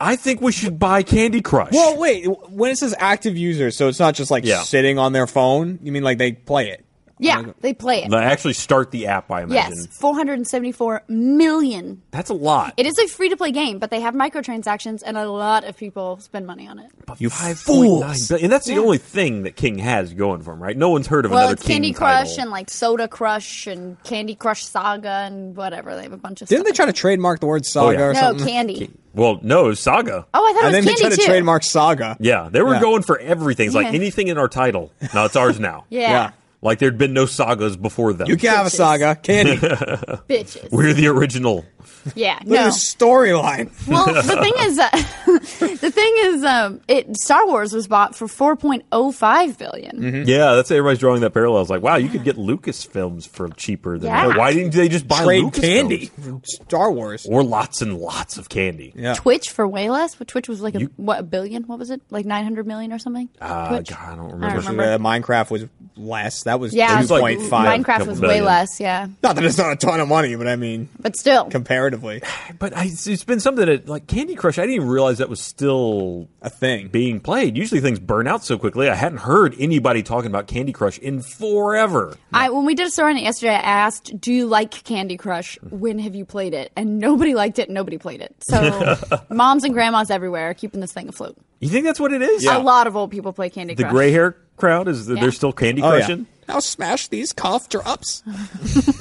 A: I think we should buy Candy Crush.
C: Well, wait. When it says active users, so it's not just like
A: Yeah.
C: sitting on their phone. You mean like they play it?
B: Yeah, they play it.
A: they actually start the app, I imagine.
B: Yes, 474 million.
A: That's a lot.
B: It is a free to play game, but they have microtransactions, and a lot of people spend money on it.
A: you
C: fools.
A: And that's the
B: Yeah.
A: only thing that King has going for him, right? No one's heard of
B: Well,
A: another
B: it's
A: King
B: Candy Crush
A: title.
B: and like Soda Crush and Candy Crush Saga and whatever. They have a bunch of
C: Didn't they
B: stuff.
C: try to trademark the word saga
A: Oh, yeah.
C: or
A: No,
B: no,
C: something?
B: Candy.
A: Well, no, it's Saga.
B: Oh, I thought
C: and
B: it
C: then
B: was
C: they
B: Candy
C: tried to
B: too.
C: trademark saga.
A: Yeah, they were
C: Yeah.
A: going for everything. It's like
B: Yeah.
A: anything in our title. No, it's ours now.
B: yeah.
A: Like there'd been no sagas before them.
C: You can't have a
B: Bitches.
C: saga. Candy. Look
B: Bitches.
A: we're the original.
B: yeah.
C: at
B: No.
C: the storyline.
B: well, the thing is, uh, the thing is, um, it Star Wars was bought for 4.05 billion.
C: Mm-hmm.
A: Yeah, that's everybody's drawing that parallel. It's like, wow, you could get Lucasfilms for cheaper than
B: Yeah.
A: that. Why didn't they just buy
C: Trade
A: Lucasfilms?
C: candy. Star Wars.
A: or lots and lots of candy?
C: Yeah.
B: Twitch for way less. But Twitch was like a, what a billion? What was it? Like 900 million or something?
C: Ah,
A: Uh,
B: Twitch.
A: God, I don't
B: I
A: remember.
B: don't remember.
C: Uh, Minecraft was less. That was
B: Yeah,
A: was like
C: 2.5.
B: Minecraft
A: Couple
B: was way
A: billion.
B: less. Yeah,
C: Not that it's not a ton of money, but I mean,
B: but still.
C: comparatively,
A: But I, it's- it's been something that like Candy Crush. I didn't even realize that was still
C: a thing.
A: being played. Usually things burn out so quickly. I hadn't heard anybody talking about Candy Crush in forever.
B: I, when we did a story on it yesterday, I asked, "Do you like Candy Crush? When have you played it?" And nobody liked it. and Nobody played it. So, moms and grandmas everywhere are keeping this thing afloat.
A: You think that's what it is?
B: A lot of old people play Candy
A: The
B: Crush.
A: gray hair crowd is
B: Yeah.
A: they're still Candy
C: Oh, yeah.
A: Crushing.
C: Now smash these cough ups.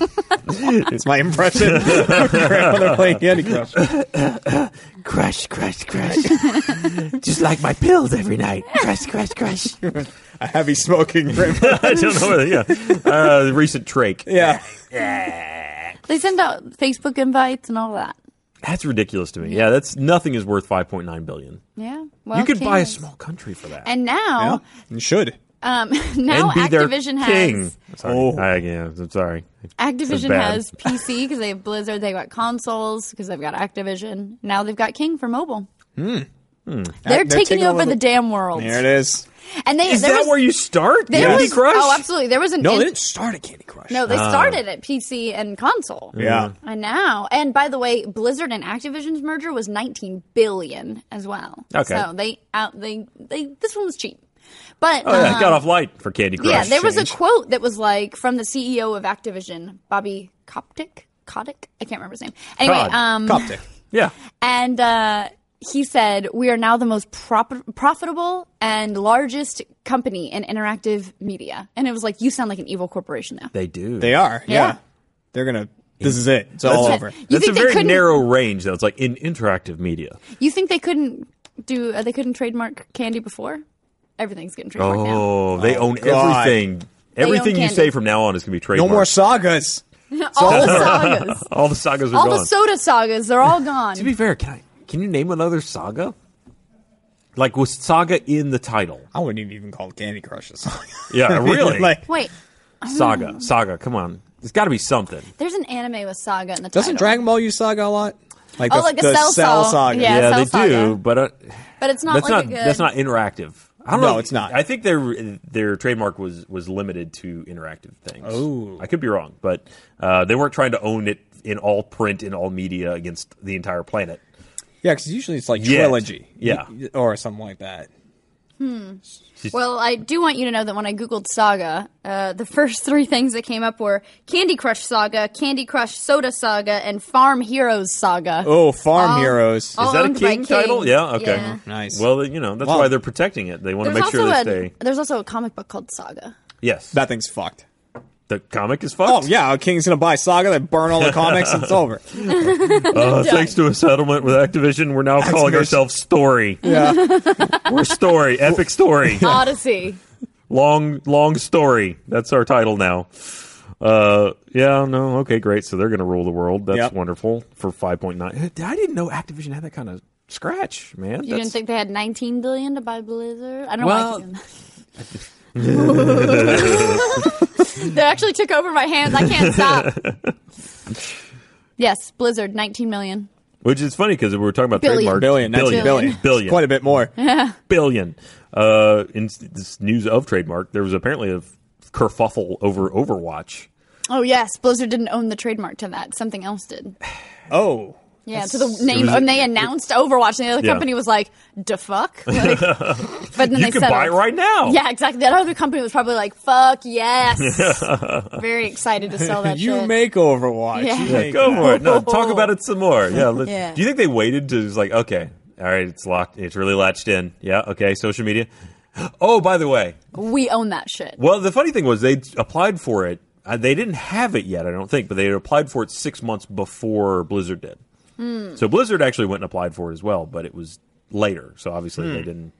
C: It's my impression. of Grandmother playing Candy Crush.
A: Crush, crush, crush. Just like my pills every night. Crush, crush, crush.
C: A heavy smoking grandmother.
A: I don't know. Whether, yeah. Uh, recent Trake.
C: Yeah.
B: They send out Facebook invites and all that.
A: That's ridiculous to me. Yeah, that's nothing is worth 5.9 billion.
B: Yeah. Well,
A: you could buy a
B: Candy's-
A: small country for that.
B: And now,
C: yeah. You should.
B: um, now
A: And be their
B: Activision
A: king.
B: has
A: Sorry.
C: Oh.
A: I, yeah, I'm sorry. It's
B: Activision
A: bad.
B: has PC because they have Blizzard. They got consoles because they've got Activision. Now they've got King for mobile. They're,
C: They're
B: taking, over the, damn world.
C: There it is.
B: And they
A: Is
B: there
A: that
B: was,
A: where you start?
B: there
A: Candy
B: was,
A: Crush?
B: Oh, absolutely. There was an
C: No,
B: in-
C: they didn't start at Candy Crush. Mm.
B: no, they
A: Ah.
B: started at PC and console.
C: Yeah.
B: And now, and by the way, Blizzard and Activision's merger was 19 billion as well.
A: Okay.
B: So they out they they this one was cheap, but
A: Oh, yeah,
B: um,
A: it got off light for Candy Crush.
B: Yeah, there was a
C: change.
B: quote that was like from the CEO of Activision, Bobby Koptick. Kotick? I can't remember his name. Anyway,
A: Cod.
B: um,
C: Coptic.
A: Yeah.
B: and uh, he said, "We are now the most prop- profitable and largest company in interactive media." And it was like, "You sound like an evil corporation now."
A: They do.
C: They are. Yeah.
B: Yeah.
C: They're going to. This is it. It's all
B: it.
C: over.
B: You
A: That's
B: think
A: a
B: they
A: very
B: couldn't-
A: narrow range, though. It's like in interactive media.
B: You think they couldn't do? Uh, they couldn't trademark candy before? Everything's getting trademarked now.
A: Oh, they own
C: God.
A: everything. Everything you
B: candy.
A: say from now on is going to be trademarked.
C: No more sagas.
B: all the sagas,
A: All the sagas are
B: all
A: Oh. gone.
B: the soda sagas, they're all gone.
A: to be fair, can I? Can you name another saga? Like was saga in the title?
C: I wouldn't even call Candy Crush a saga.
A: Yeah, really.
C: like,
B: Wait,
A: Saga, saga. Come on, there's got to be something.
B: there's an anime with saga in the
C: doesn't
B: title.
C: Dragon Ball use saga a lot? Like
B: Oh,
C: the,
B: like a
C: the
B: Cell Saga.
C: saga.
B: Yeah,
A: yeah,
B: Cell
A: they
B: Saga.
A: do, but uh,
B: But it's not
A: that's
B: like
A: not
B: a good.
A: that's not interactive. I don't
C: No,
A: know.
C: it's not.
A: I think their their trademark was was limited to interactive things.
C: Oh.
A: I could be wrong, but uh, they weren't trying to own it in all print in all media against the entire planet.
C: Yeah, because usually it's like
A: Yet.
C: trilogy.
A: Yeah.
C: Y- Or something like that.
B: Well, I do want you to know that when I Googled Saga, uh, the first three things that came up were Candy Crush Saga, Candy Crush Soda Saga, and Farm Heroes Saga.
C: Oh, Farm
B: All-
C: Heroes.
B: all
A: Is that a
B: owned by
A: king title?
B: King.
A: Yeah. Okay.
B: Yeah.
C: Nice.
A: Well, then, you know that's
C: Wow.
A: why they're protecting it. They want to
B: There's
A: make sure
B: also
A: that
B: a,
A: they
B: there's also a comic book called Saga.
A: yes.
C: that thing's fucked.
A: the comic is fucked.
C: Oh yeah, a king's gonna buy Saga, then burn all the comics, and it's over.
A: Uh, thanks to a settlement with Activision, we're now calling
C: Activision.
A: ourselves Story.
C: Yeah,
A: We're Story, epic story,
B: Odyssey.
A: long long story. That's our title now. Uh, yeah, no, okay, great. So they're going to rule the world. That's
C: Yep.
A: wonderful for five point nine. I didn't know Activision had that kind of scratch, man.
B: You didn't think they had 19 billion to buy Blizzard? I don't
D: Well-
B: know why. I keep doing that. they actually took over my hands. I can't stop. Yes, Blizzard, 19 million.
A: Which is funny because we were talking about
B: Billion.
A: trademark
C: Billion,
A: billion,
C: billion,
A: billion,
C: billion.
A: billion.
C: Quite a bit more.
A: billion. Uh, in s- this news of trademark, there was apparently a f- kerfuffle over Overwatch.
B: Oh, yes, Blizzard didn't own the trademark to that. Something else did.
C: Oh.
B: Yeah, to the name.
A: was-
B: And they announced Overwatch, and the other
A: Yeah.
B: company was like, "Da fuck." Like, but then
A: You
B: they
A: can
B: settled.
A: buy it right now.
B: Yeah, exactly. That other company was probably like, "Fuck yes!" Very excited to sell that.
C: You
B: shit.
C: make Overwatch.
B: Yeah.
C: You
B: Yeah,
C: make
A: Go
C: that.
A: for it. No, talk about it some more. Yeah. let-
B: Yeah.
A: Do you think they waited to just like, okay, all right, it's locked, it's really latched in. Yeah. Okay. Social media. Oh, by the way,
B: we own that shit.
A: well, the funny thing was they applied for it. Uh, they didn't have it yet, I don't think, but they had applied for it six months before Blizzard did. So Blizzard actually went and applied for it as well, but it was later. So obviously they didn't.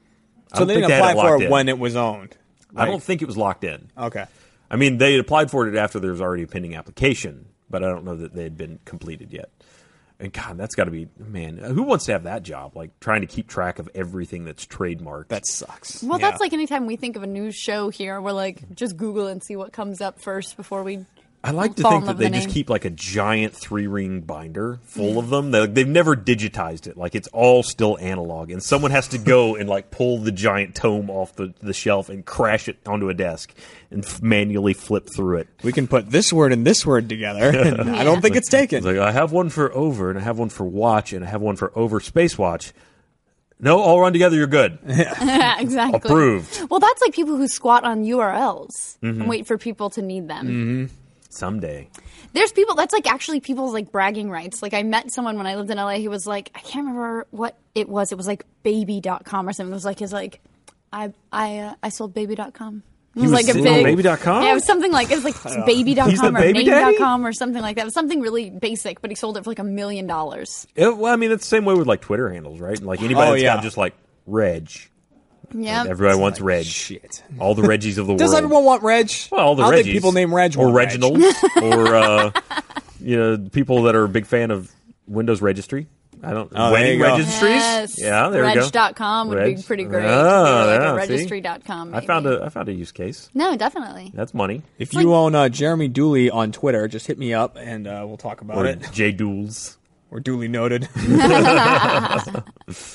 A: I
C: So
A: don't
C: they
A: think
C: didn't
A: had
C: apply
A: it
C: for
A: locked
C: it
A: in.
C: when it was owned.
A: I don't think it was locked in.
C: Okay.
A: I mean, they had applied for it after there was already a pending application, but I don't know that they had been completed yet. And God, that's got to be man. Who wants to have that job? Like trying to keep track of everything that's trademarked.
C: That sucks.
B: Well,
C: Yeah.
B: that's like anytime we think of a news show here, we're like, just Google and see what comes up first before we.
A: I like to
B: fall
A: think
B: in
A: that
B: love
A: they
B: with the
A: just
B: name.
A: keep like a giant three ring binder full of them. They, like, they've never digitized it. Like it's all still analog, and someone has to go and like pull the giant tome off the, the shelf and crash it onto a desk and f- manually flip through it.
C: we can put this word and this word together. and I don't think it's taken.
A: It's like I have one for over, and I have one for watch, and I have one for over space watch. No, all run together. You're good.
B: Yeah, exactly.
A: Approved. Mm-hmm.
B: Well, that's like people who squat on URLs and wait for people to need them.
A: Someday,
B: There's people that's like actually people's like bragging rights. Like I met someone when I lived in LA who was like I can't remember what it was. It was like baby.com or something. It was like his like I I uh, I sold baby.com. It was,
A: was
B: like a
A: sitting on
B: big
A: baby.com?
B: Yeah, it was something like it was like baby.com or
A: baby daddy?
B: name.com or something like that. It was something really basic, but he sold it for like a million dollars.
A: It- well, I mean, it's the same way with like Twitter handles, right? Like anybody
C: Oh,
A: that's
C: yeah.
A: got just like Reg.
B: Yeah.
A: Everybody wants Reg.
C: Shit.
A: All the Reggies of the world.
C: Does everyone want Reg?
A: Well, all the
C: I don't
A: Reggies.
C: think people name Reg
A: or
C: want Reg.
A: Reginald or uh, you know people that are a big fan of Windows Registry. I don't
C: Oh, there
A: wedding
C: you go.
A: registries.
B: Yes.
A: Yeah, there we go.
B: Reg.com would
A: Reg.
B: be pretty
C: Oh,
B: great.
A: Ah,
B: Maybe like a
A: yeah, see?
B: registry.com.
A: I
B: Maybe.
A: found a I found a use case.
B: No, definitely.
A: That's money.
C: If you own uh, Jeremy Dooley on Twitter, just hit me up and uh, we'll talk about
A: Or
C: it.
A: J Duels.
C: We're duly noted.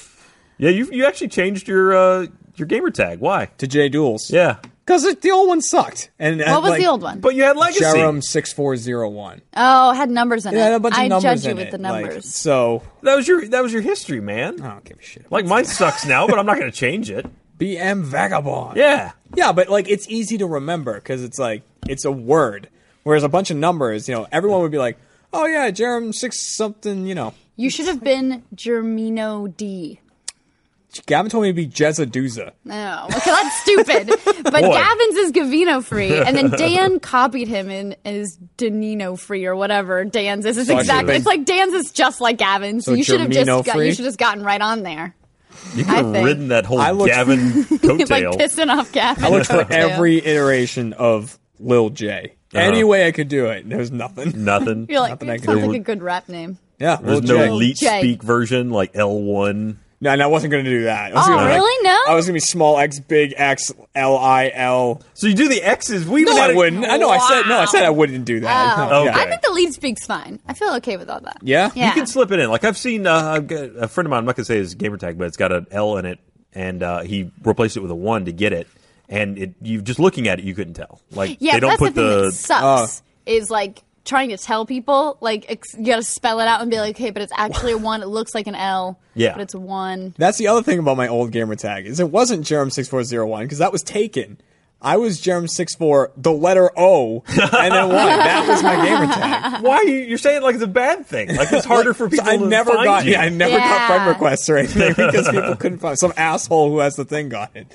A: Yeah, you you actually changed your uh, your gamer tag. Why?
C: to J Duels.
A: Yeah,
C: Because the old one sucked. And uh,
B: What was
C: like,
B: the old one?
A: but you had legacy.
C: Jerem six four zero one.
B: Oh, it had numbers in
C: It
B: it.
C: had a bunch of
B: I
C: numbers
B: judge you
C: in
B: with
C: it,
B: the
C: like,
B: numbers.
C: so
A: That was your that was your history, man.
C: I don't give a shit.
A: Like mine sucks now, but I'm not going to change it.
C: BM vagabond.
A: Yeah,
C: Yeah, but like it's easy to remember because it's like it's a word, whereas a bunch of numbers, you know, everyone would be like, "Oh yeah, Jerem six something," you know.
B: you should have been Germino D.
C: Gavin told me to be Jezaduza.
B: No, Oh, okay, that's stupid. But
A: Boy.
B: Gavin's is Gavino free, and then Dan copied him and is Danino free or whatever. Dan's is it's
C: So I should've
B: exactly.
C: been-
B: It's like Dan's is just like Gavin's.
C: So
B: you should have just
C: Germino
B: got,
C: free?
B: you should have gotten right on there,
A: you could
B: I
A: have
B: think.
A: ridden that whole
C: I looked-
A: Gavin
B: like
A: coattail.
B: pissing off Gavin.
C: I looked for every iteration of Lil J.
A: Uh-huh.
C: Any way I could do it, there was nothing.
A: Nothing.
B: You're like,
C: Nothing I
B: it
C: could
B: sounds
C: do.
B: like a good rap name.
C: Yeah,
A: Mm. There's
C: Lil
A: no
C: J.
A: elite
B: J.
A: speak version like L1.
C: no, and I wasn't going to do that. I was
B: Oh,
C: gonna be like-
B: really? No?
C: I was going to be small X, big X, L I L.
A: So you do the X's. We
C: No,
A: even had
C: I
A: a-
C: wouldn't. I know. I said no. I said I wouldn't do that.
B: Oh.
A: Okay.
B: I think the lead speaks fine. I feel okay with all that.
C: Yeah? You
B: yeah.
A: You can slip it in. Like I've seen uh, I've got a friend of mine. I'm not gonna say his gamer tag, but it's got an L in it, and uh, he replaced it with a one to get it. And it, you just looking at it, you couldn't tell. Like
B: Yeah,
A: they don't
B: that's
A: put
B: the thing
A: the
B: that
C: uh,
B: sucks is like trying to tell people like ex- you got to spell it out and be like, hey, but it's actually a one. It looks like an L.
A: Yeah.
B: but it's a one.
C: That's the other thing about my old gamer tag is it wasn't Jerem six four zero one because that was taken. I was Jerem six four, the letter O, and then one. that was my gamer tag.
A: why you, you're saying it like it's a bad thing. Like it's harder for
C: So
A: people.
C: I
A: to
C: never
A: find
C: got
A: you.
C: yeah, I never got
B: Yeah.
C: friend requests or anything because people couldn't find some asshole who has the thing got it.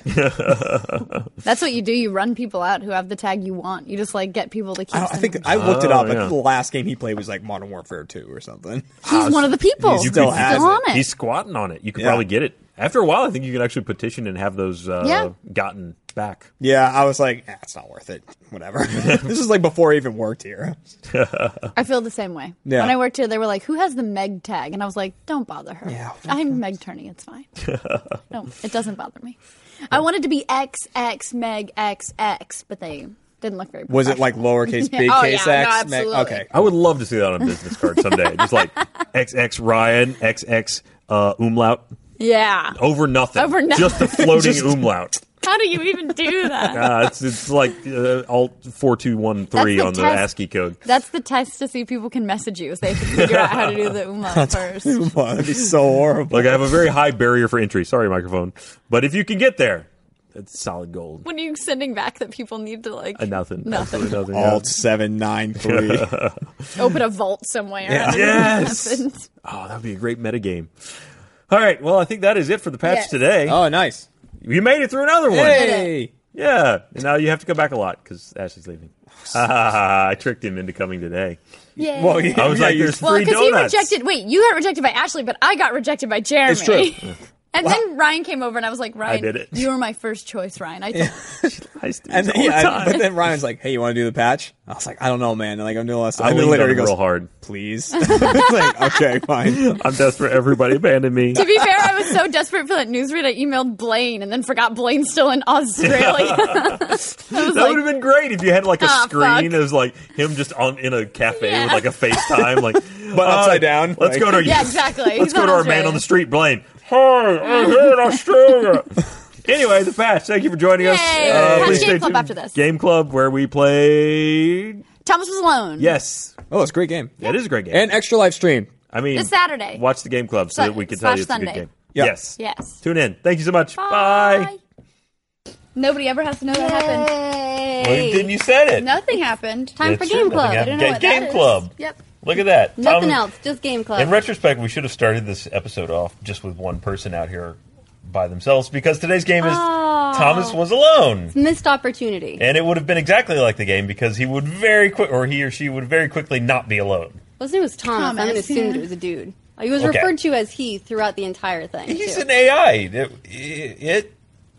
B: That's what you do. You run people out who have the tag you want. You just like get people to keep.
C: I, don't- I think
B: sending-
C: I looked it
A: Oh,
C: up. I
A: yeah.
C: think the last game he played was like Modern Warfare two or something.
B: he's one of the people.
C: You still
B: he's
C: has
B: still on
C: it.
B: it.
A: He's squatting on it. You could
C: Yeah.
A: probably get it after a while. I think you can actually petition and have those uh,
B: Yeah.
A: gotten. shipped back.
C: Yeah, I was like, eh, it's not worth it. Whatever. this is like before I even worked here.
B: I feel the same way.
C: Yeah.
B: When I worked here, they were like, "Who has the Meg tag?" And I was like, "Don't bother her.
C: Yeah.
B: I'm Meg Turney. It's fine. no, it doesn't bother me. I wanted to be X X Meg X X, but they didn't look very.
C: Was it like lowercase big
B: Oh,
C: case
B: yeah, no,
C: X? Meg-
B: absolutely.
C: okay.
A: I would love to see that on a business card someday. Just like XX Ryan, XX uh, umlaut,
B: Yeah.
A: over nothing.
B: Over nothing.
A: Just a floating umlaut.
B: How do you even do that?
A: Uh, it's, it's like uh, alt 4213
B: That's the
A: on the
B: test.
A: ASCII code.
B: That's the test to see if people can message you. So they have to figure out how to do the umlaut first.
C: Well, that'd be so horrible.
A: Like, I have a very high barrier for entry. Sorry, microphone. But if you can get there, it's solid gold.
B: When are you sending back that people need to like
A: Uh, nothing.
B: Nothing.
A: Absolutely nothing. yeah.
C: Alt seven nine three.
B: open a vault somewhere? and
A: Yes.
B: it happens?
A: Oh, that would be a great metagame. All right. Well, I think that is it for the patch
B: Yes.
A: today.
C: Oh, nice.
A: you made it through another one.
C: Hey.
A: Yeah. And now you have to come back a lot because Ashley's leaving. I tricked him into coming today.
B: Yay.
C: Well, yeah,
A: I was
C: yeah,
A: like,
C: you-
A: there's
B: Well,
A: free
B: because he
A: donuts.
B: rejected. Wait, you got rejected by Ashley, but I got rejected by Jeremy.
C: It's true.
B: and then Ryan came over, and I was like, Ryan,
A: did it.
B: you were my first choice, Ryan. I told
A: I used to do
C: And
A: this
C: then,
A: all the
C: yeah,
A: time.
C: but then Ryan's like, "Hey, you want to do the patch?" I was like, "I don't know, man." And like, I'm doing less.
A: I
C: and then
A: leaned
C: later
A: on
C: he
A: him
C: goes,
A: real hard.
C: "Please." like, okay, fine.
A: I'm desperate. Everybody abandoned me.
B: to be fair, I was so desperate for that newsread, I emailed Blaine, and then forgot Blaine's still in Australia. I was
A: That would have been great if you had like a
B: Ah,
A: screen
B: fuck.
A: that was like him just on in a cafe
B: Yeah.
A: with like a FaceTime, like
C: But upside down,
A: Let's
C: like-
A: go to
B: Yeah, exactly.
A: Let's
B: He's
A: go
B: not
A: to our man
B: Australian.
A: on the street, Blaine. Hi, I'm here in Australia. anyway, the patch. Thank you for joining us. Uh,
B: Yay. Have Game Club after this.
A: Game club where we played.
B: Thomas was alone.
A: Yes,
C: Oh, it's a great game.
A: that is a great game.
C: And extra live stream.
A: I mean,
B: This Saturday.
A: Watch the game club so
B: Sa-
A: that we can tell you it's
B: slash
A: a good
B: Sunday.
A: game.
C: Yeah.
A: Yes.
B: Yes.
A: Tune in. Thank you so much. Bye.
B: Nobody ever has to know that happened.
A: Well, didn't you said it?
B: Nothing happened.
D: Time
A: That's
D: for Game
A: true.
D: Club.
A: Yeah.
D: I don't
A: Ga-
D: know what
A: Game
D: that is.
A: Club. Um,
B: Yep.
A: Look at that.
D: Nothing
A: Tom-
D: else, just Game Club.
A: In retrospect, we should have started this episode off just with one person out here by themselves because today's game is
D: Oh.
A: Thomas was alone.
D: Missed opportunity.
A: And it would have been exactly like the game because he would very quick, or he or she would very quickly not be alone.
D: Well, his name was Thomas. I'm going to
B: Thomas,
D: assume
B: yeah.
D: that it was a dude. He was
A: Okay.
D: referred to as he throughout the entire thing.
A: He's
D: too.
A: an AI. It, it-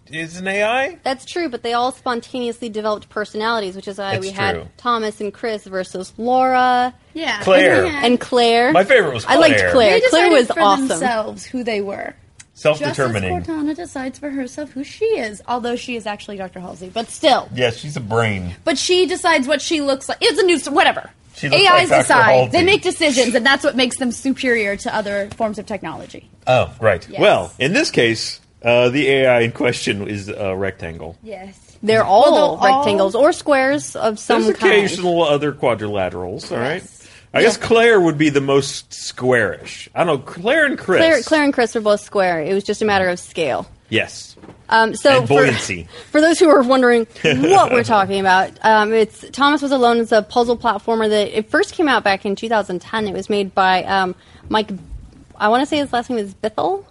A: it is an AI.
D: That's true, but they all spontaneously developed personalities, which is why
A: That's
D: we
A: true.
D: had Thomas and Chris versus Laura
B: Yeah.
A: Claire.
D: and Claire.
A: My favorite was
D: I liked
A: Claire.
D: Claire.
B: They
D: Claire
B: decided
D: was
B: for
D: awesome.
B: themselves who they were. Just as
A: Self-determining.
B: Cortana decides for herself who she is, although she is actually Dr. Halsey, but still.
A: Yeah, she's a brain.
B: But she decides what she looks like. It's a new, whatever.
A: She looks
B: AIs
A: like Dr.
B: decide.
A: Halsey.
B: They make decisions, and that's what makes them superior to other forms of technology.
A: Oh, right.
B: Yes.
A: Well, in this case, uh, the AI in question is a rectangle.
B: Yes.
D: They're all
B: Well, they're all-
D: rectangles or squares of some
A: There's
D: kind.
A: occasional other quadrilaterals. All right.
B: Yes.
A: I guess Claire would be the most squarish. I don't know. Claire and Chris.
D: Claire, Claire and Chris were both square. It was just a matter of scale.
A: Yes.
D: Um, so
A: And
D: for-
A: buoyancy.
D: For, those who are wondering what we're talking about, um, it's Thomas Was Alone. It's a puzzle platformer that it first came out back in 2010. It was made by um, Mike. I want to say his last name is Bithel.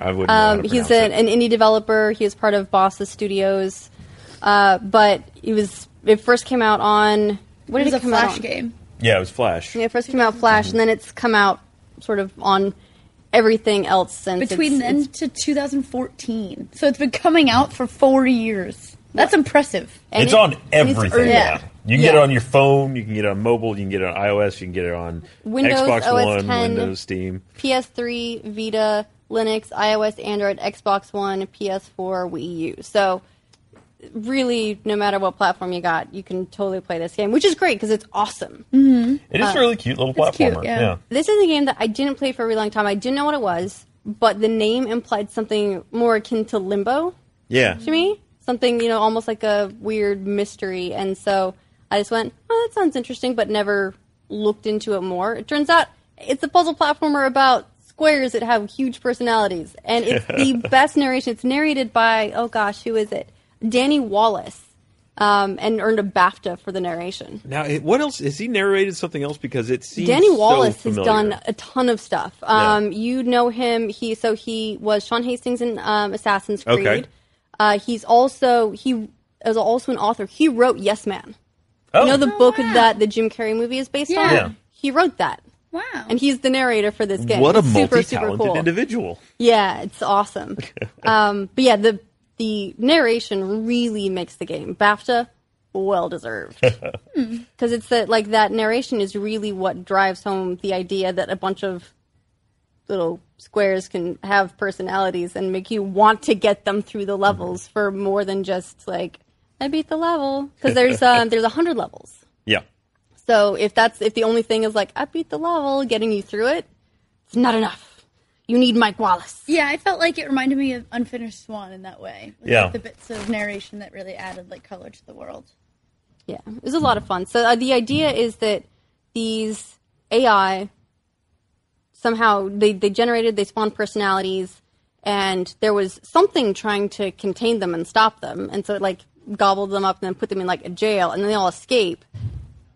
A: I would.
D: Um, he's an, an indie developer. He was part of Bosses Studios, uh, but he was. It first came out on. What
B: It
D: did
B: was
D: it,
B: a
D: come out
B: flash
D: on?
B: game.
A: yeah, it was Flash.
D: Yeah, it first came out Flash, and then it's come out sort of on everything else since.
B: Between
D: it's,
B: then
D: it's-
B: to 2014. So it's been coming out for four years. That's impressive.
D: and
A: it's
D: it-
A: on
D: and it's
A: everything
D: early.
A: now. You can get it
D: Yeah.
A: on your phone. You can get it on mobile. You can get it on iOS. You can get it on
D: Windows,
A: Xbox
D: OS
A: One,
D: 10.
A: Windows, Steam.
D: PS3, Vita, Linux, iOS, Android, Xbox One, PS4, Wii U. So really, no matter what platform you got, you can totally play this game, which is great because it's awesome.
A: It is
D: Uh,
A: a really cute little
B: it's
A: platformer.
B: cute, yeah.
D: This is a game that I didn't play for a really long time. I didn't know what it was, but the name implied something more akin to Limbo
A: Yeah.
D: to me. Something, you know, almost like a weird mystery. And so I just went, oh, that sounds interesting, but never looked into it more. It turns out it's a puzzle platformer about squares that have huge personalities. And it's the best narration. It's narrated by, oh gosh, who is it? Danny Wallace. Um, and earned a BAFTA for the narration.
A: Now, it- what else? Has he narrated something else? Because it seems
D: Danny
A: so
D: Wallace has
A: familiar.
D: done a ton of stuff. Um, You know him. He so he was Sean Hastings in um, Assassin's
A: Okay.
D: Creed. Uh, he's also he is also an author. He wrote Yes Man.
A: Oh.
D: You know the
B: Oh,
D: book
B: wow.
D: that the Jim Carrey movie is based
B: Yeah.
D: on.
A: Yeah.
D: He wrote that,
B: Wow.
D: and he's the narrator for this game.
A: what a
D: It's super,
A: multi-talented
D: super cool.
A: individual.
D: Yeah, it's awesome. um, but yeah, the the narration really makes the game. BAFTA, well deserved. Because it's that, like, that narration is really what drives home the idea that a bunch of little squares can have personalities and make you want to get them through the levels for more than just, like, I beat the level. Because there's, um, there's 100 levels.
A: Yeah.
D: So if that's if the only thing is like I beat the level, getting you through it, it's not enough. You need Mike Wallace.
B: Yeah, I felt like it reminded me of Unfinished Swan in that way. with, like,
A: Yeah.
B: the bits of narration that really added like color to the world.
D: Yeah, it was a lot of fun. So uh, the idea is that these AI somehow they, they generated they spawned personalities and there was something trying to contain them and stop them and so it like gobbled them up and then put them in like a jail and then they all escape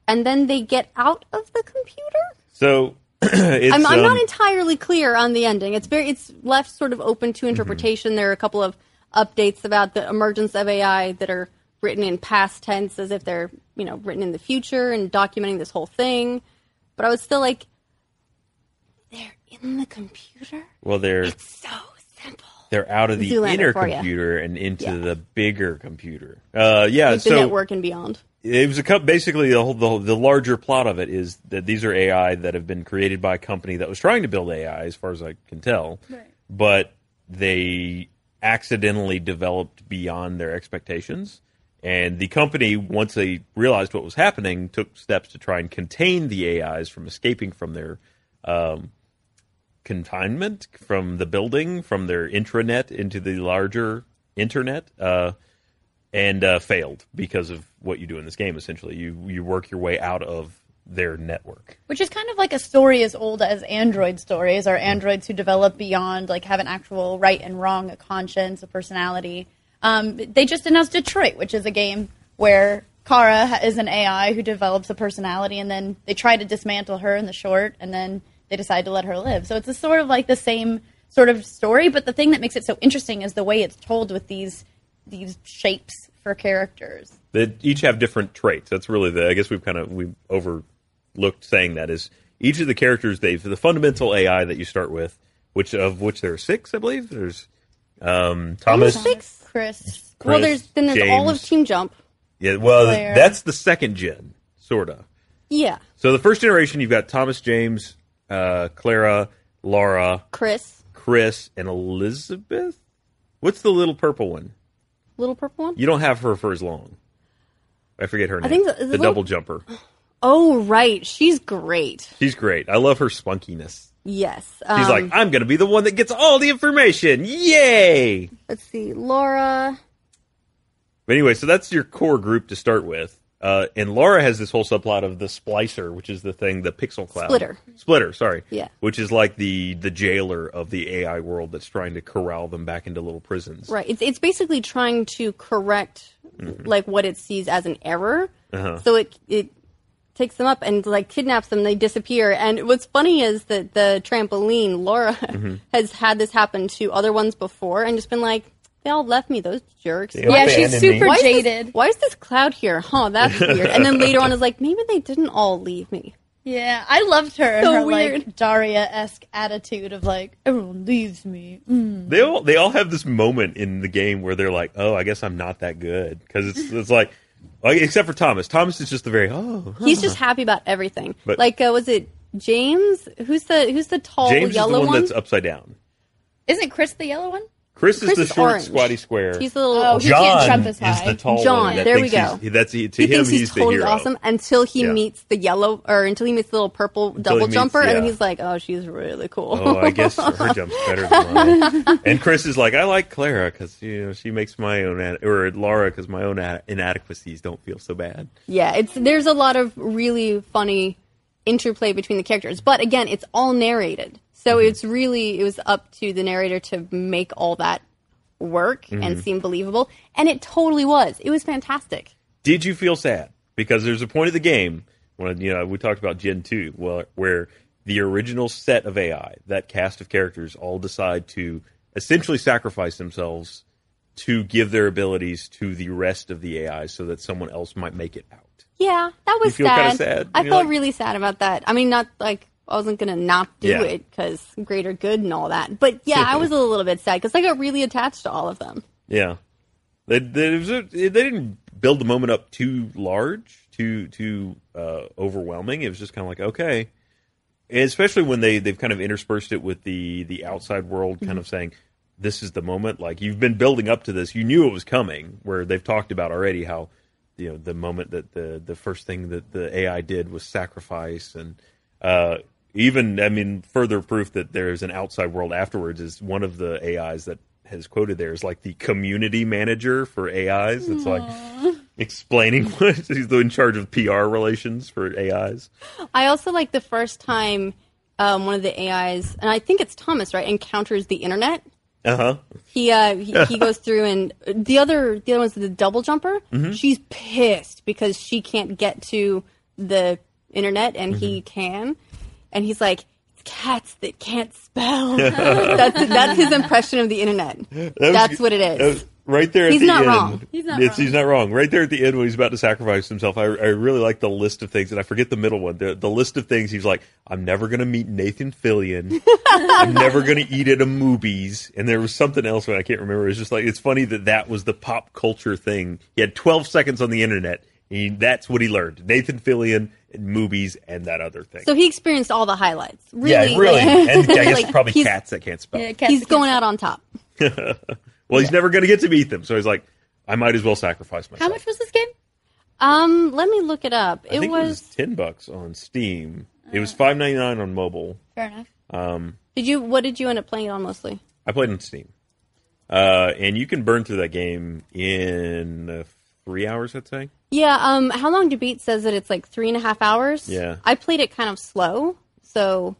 D: and then they get out of the computer
A: So it's,
D: I'm, I'm
A: um,
D: not entirely clear on the ending. It's very it's left sort of open to interpretation.
A: Mm-hmm.
D: There are a couple of updates about the emergence of AI that are written in past tense as if they're you know written in the future and documenting this whole thing. But I was still like, they're in the computer.
A: well, they're
D: So simple.
A: they're out of the
D: Zoolander
A: inner
D: for ya.
A: computer and into
D: Yeah.
A: the bigger computer. Uh, yeah.
D: Like
A: so
D: the network and beyond.
A: it was a co- basically the whole, the whole the larger plot of it is that these are AI that have been created by a company that was trying to build AI, as far as I can tell,
B: Right.
A: but they accidentally developed beyond their expectations. And the company, once they realized what was happening, took steps to try and contain the AIs from escaping from their um, confinement from the building, from their intranet into the larger internet, uh, and uh, failed because of what you do in this game. Essentially, you you work your way out of their network.
B: Which is kind of like a story as old as Android stories, or androids who develop beyond, like have an actual right and wrong, a conscience, a personality. Um, they just announced Detroit, which is a game where Kara ha- is an AI who develops a personality, and then they try to dismantle her in the short, and then they decide to let her live. So it's a sort of like the same sort of story, but the thing that makes it so interesting is the way it's told with these these shapes for characters.
A: They each have different traits. That's really the. I guess we've kind of we overlooked saying that is each of the characters they the fundamental AI that you start with, which of which there are six, I believe. There's um, Thomas.
D: Six.
B: Chris,
D: well, there's then there's all of
A: James.
D: Team Jump.
A: Yeah, well,
B: Claire.
A: that's the second gen, sorta.
D: Yeah,
A: So the first generation, you've got Thomas James, uh, Clara, Laura,
D: Chris,
A: Chris, and Elizabeth. What's the little purple one?
D: little purple one.
A: You don't have her for as long. I forget her name.
D: think the- the little-
A: double jumper.
D: Oh right, she's great.
A: She's great. I love her spunkiness.
D: Yes,
A: She's like,
D: um,
A: I'm going to be the one that gets all the information. Yay!
D: let's see, Laura.
A: But anyway, so that's your core group to start with. Uh, and Laura has this whole subplot of the splicer, which is the thing, the pixel cloud.
D: Splitter.
A: Splitter, sorry.
D: Yeah.
A: Which is like the, the jailer of the AI world that's trying to corral them back into little prisons.
D: Right. It's it's basically trying to correct
A: Mm-hmm.
D: like what it sees as an error.
A: Uh-huh.
D: So it it takes them up and like kidnaps them. They disappear. And what's funny is that the trampoline Laura
A: Mm-hmm.
D: has had this happen to other ones before and just been like, they all left me. Those jerks.
A: Yeah,
B: yeah, she's
A: Abandoned me.
B: super
D: Why is,
B: jaded.
D: this, why is this cloud here? Huh, that's weird. And then later on, is like, maybe they didn't all leave me.
B: Yeah, I loved her.
D: So
B: her like
D: weird.
B: Daria esque attitude of like everyone leaves me. Mm.
A: They all they all have this moment in the game where they're like, "Oh, I guess I'm not that good," because it's
D: Mm-hmm.
A: it's like, like, except for Thomas. Thomas is just the very oh. huh."
D: He's just happy about everything.
A: But-
D: like, uh, was it James? Who's the who's the tall
A: James is the
D: Oh, yellow
A: one,
D: one?
A: that's upside down.
B: Isn't Chris the yellow one?
A: Chris is
D: Chris
A: the
D: is
A: short,
D: orange.
A: squatty square.
D: He's the little
B: Oh, he can't
A: John
B: jump as
A: is
B: high.
A: the tall
D: John,
A: one. that
D: there we
A: thinks
D: go.
A: he's- he- that's he, to
D: he
A: him.
D: thinks
A: he's,
D: he's,
A: the
D: totally
A: hero.
D: awesome until he
A: Yeah.
D: meets the yellow, or until he meets the little purple double
A: he meets-
D: jumper, and then
A: yeah.
D: he's like, "Oh, she's really cool."
A: Oh, I guess her jump's better than mine. And Chris is like, I like Clara because you know she makes my own ad- or Laura because my own ad- inadequacies don't feel so bad.
D: yeah, it's there's a lot of really funny interplay between the characters, but again, it's all narrated, so
A: Mm-hmm.
D: it's really it was up to the narrator to make all that work
A: Mm-hmm.
D: and seem believable, and it totally was. It was fantastic.
A: did you feel sad? Because there's a point of the game when you know we talked about Gen two, well, where the original set of AI, that cast of characters, all decide to essentially sacrifice themselves to give their abilities to the rest of the AI, so that someone else might make it out.
D: Yeah, that was
A: feel kinda
D: sad.
A: sad?
D: I
A: You're
D: felt
A: like-
D: really sad about that. I mean, not like I wasn't gonna not do
A: Yeah.
D: it 'cause it because greater good and all that. But yeah, I was a little bit sad because I got really attached to all of them.
A: Yeah. They, they, it was a- they didn't build the moment up too large, too too uh, overwhelming. It was just kind of like okay, And especially when they they've kind of interspersed it with the the outside world, kind of saying this is the moment. Like you've been building up to this, you knew it was coming. Where they've talked about already how you know the moment that the the first thing that the AI did was sacrifice, and uh, even I mean further proof that there is an outside world afterwards is one of the AIs that has quoted there is like the community manager for AIs. It's like explaining what he's in charge of PR relations for AIs.
D: I also like the first time um, one of the AIs, and I think it's Thomas, right, encounters the internet.
A: Uh huh.
D: He uh, he, he goes through, and uh, the other the other one's the double jumper.
A: Mm-hmm.
D: She's pissed because she can't get to the internet, and he
A: Mm-hmm.
D: can, and he's like. "It's Cats that can't spell. that's, that's his impression of the internet. That's what it
A: That
D: is.
A: was- Right there at
D: He's
A: the
D: not
A: end.
D: wrong.
B: He's not
A: It's-
B: wrong.
A: He's not wrong. Right there at the end when he's about to sacrifice himself, I, I really like the list of things, and I forget the middle one. The, the list of things he's like, I'm never going to meet Nathan Fillion. I'm never going to eat at a movies. And there was something else that I can't remember. It's just like, it's funny that that was the pop culture thing. He had 12 seconds on the internet, and that's what he learned Nathan Fillion and movies and that other thing.
D: So he experienced all the highlights. Really,
A: yeah, really.
D: like-
A: and I guess
D: like,
A: probably
D: he's-
A: cats that can't spell.
B: Yeah, cats
D: he's
B: that can't
D: going out on top.
A: Well, he's never going to get to meet them, so he's like, I might as well sacrifice myself.
B: How much was this game?
D: Um, let me look it up.
A: I
D: it
A: think
D: was,
A: ten bucks on Steam. it
B: Uh.
A: was five ninety nine on mobile.
B: Fair enough.
D: Did you? What did you end up playing it on mostly?
A: I played on Steam, uh, and you can burn through that game in uh, three hours. I'd say.
D: Yeah. Um, how long to beat says that it's like three and a half hours.
A: Yeah.
D: I played it kind of slow, so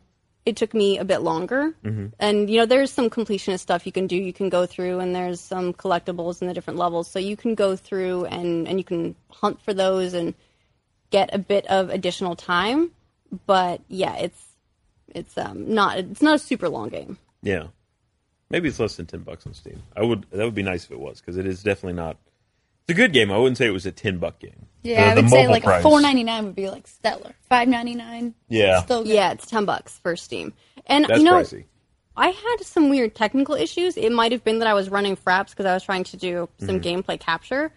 D: it took me a bit longer.
A: Mm-hmm.
D: And you know, there's some completionist stuff you can do. You can go through, and there's some collectibles in the different levels, so you can go through and and you can hunt for those and get a bit of additional time. But yeah, it's it's um not it's not a super long game.
A: Yeah, maybe it's less than ten bucks on Steam. I would that would be nice if it was because it is definitely not. It's a good game. I wouldn't say it was a ten buck game.
B: Yeah,
A: The-
B: I
A: the
B: would say
A: mobile
B: like
A: price.
B: four ninety nine would be like stellar. Five ninety nine.
A: Yeah.
B: Still good.
D: Yeah, it's ten bucks for Steam. And
A: That's
D: you know,
A: pricey.
D: I had some weird technical issues. It might have been that I was running fraps because I was trying to do some
A: Mm-hmm.
D: gameplay capture,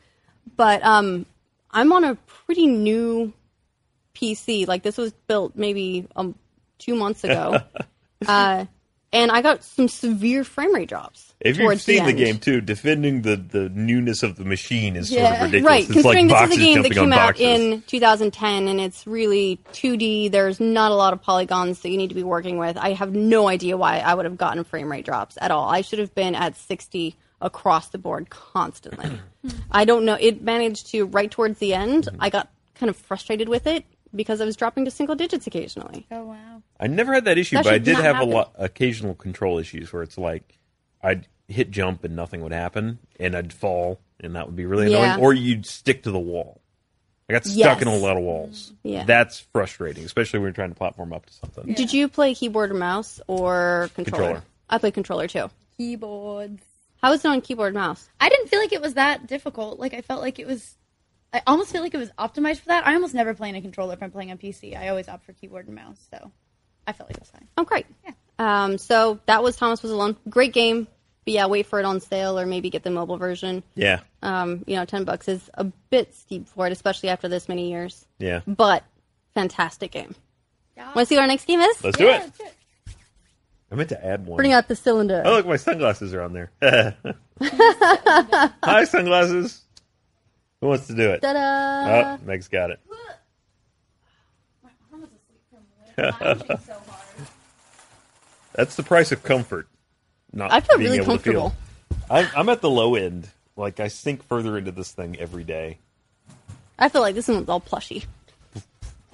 D: but um, I'm on a pretty new PC. Like this was built maybe um, two months ago, uh, and I got some severe frame rate drops.
A: If you've
D: towards
A: seen the,
D: end.
A: game too, defending the, the newness of the machine is sort
B: Yeah.
A: of ridiculous.
D: Right,
A: it's
D: considering
A: like
D: this
A: boxes
D: is a game that
A: jumping on boxes.
D: came out in 2010 and it's really 2D, there's not a lot of polygons that you need to be working with. I have no idea why I would have gotten frame rate drops at all. I should have been at 60 across the board constantly. I don't know. It managed to, right towards the end, I got kind of frustrated with it because I was dropping to single digits occasionally.
B: Oh wow.
A: I never had that issue,
D: That
A: but I
D: should
A: did
D: not
A: have
D: happen.
A: a lot occasional control issues where it's like I'd hit jump and nothing would happen, and I'd fall, and that would be really annoying.
D: Yeah.
A: Or you'd stick to the wall. I got stuck in a
D: Yes.
A: lot of walls.
D: Yeah.
A: that's frustrating, especially when you're trying to platform up to something.
D: Did you play keyboard or mouse or controller?
A: Controller.
D: I played controller too.
B: Keyboards.
D: How is it on keyboard and mouse?
B: I didn't feel like it was that difficult. Like I felt like it was. I almost feel like it was optimized for that. I almost never play in a controller if I'm playing on PC. I always opt for keyboard and mouse, so I felt like it was fine.
D: Oh, great. Um, so that was Thomas Was Alone. Great game. But yeah, wait for it on sale or maybe get the mobile version.
A: Yeah,
D: Um, you know, 10 bucks is a bit steep for it, especially after this many years.
A: yeah.
D: But fantastic game.
B: Yeah.
D: Want to see what our next game is?
A: Let's do it. I meant to add one.
D: Bring out the cylinder.
A: oh, look, my sunglasses are on there. Hi, sunglasses. Who wants to do it?
D: Ta-da!
A: Oh, Meg's got it. That's the price of comfort. Not
D: I feel
A: being
D: really
A: able to feel.
D: comfortable.
A: I'm, I'm at the low end. Like I sink further into this thing every day.
D: I feel like this one's all plushy.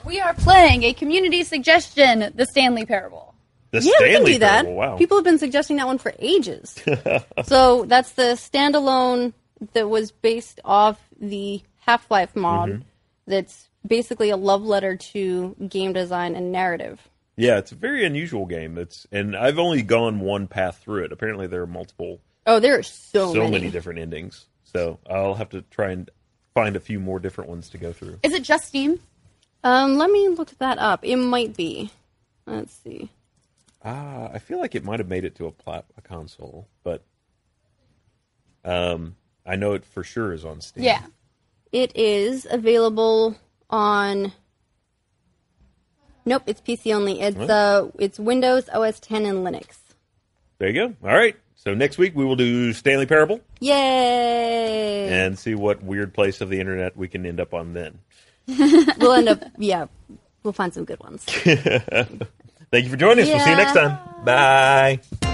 B: We are playing a community suggestion, The Stanley Parable.
A: The
D: Yeah,
A: Stanley
D: we can do that.
A: Parable, Wow.
D: People have been suggesting that one for ages. so that's the standalone that was based off the Half Life mod.
A: Mm-hmm.
D: That's basically a love letter to game design and narrative.
A: yeah, it's a very unusual game. It's and I've only gone one path through it. Apparently, there are multiple,
D: Oh, there are so,
A: so
D: many.
A: many. different endings. So I'll have to try and find a few more different ones to go through.
B: Is it just Steam?
D: um, let me look that up. It might be. Let's see.
A: Ah, I feel like it might have made it to a plat a console, but um, I know it for sure is on Steam.
B: Yeah.
D: It is available on. Nope, it's PC only. It's uh, it's Windows, OS 10, and Linux.
A: There you go. All right. So next week we will do Stanley Parable
D: Yay!
A: and see what weird place of the internet we can end up on then.
D: We'll end up, yeah, we'll find some good ones.
A: Thank you for joining us. We'll see you next time. Bye.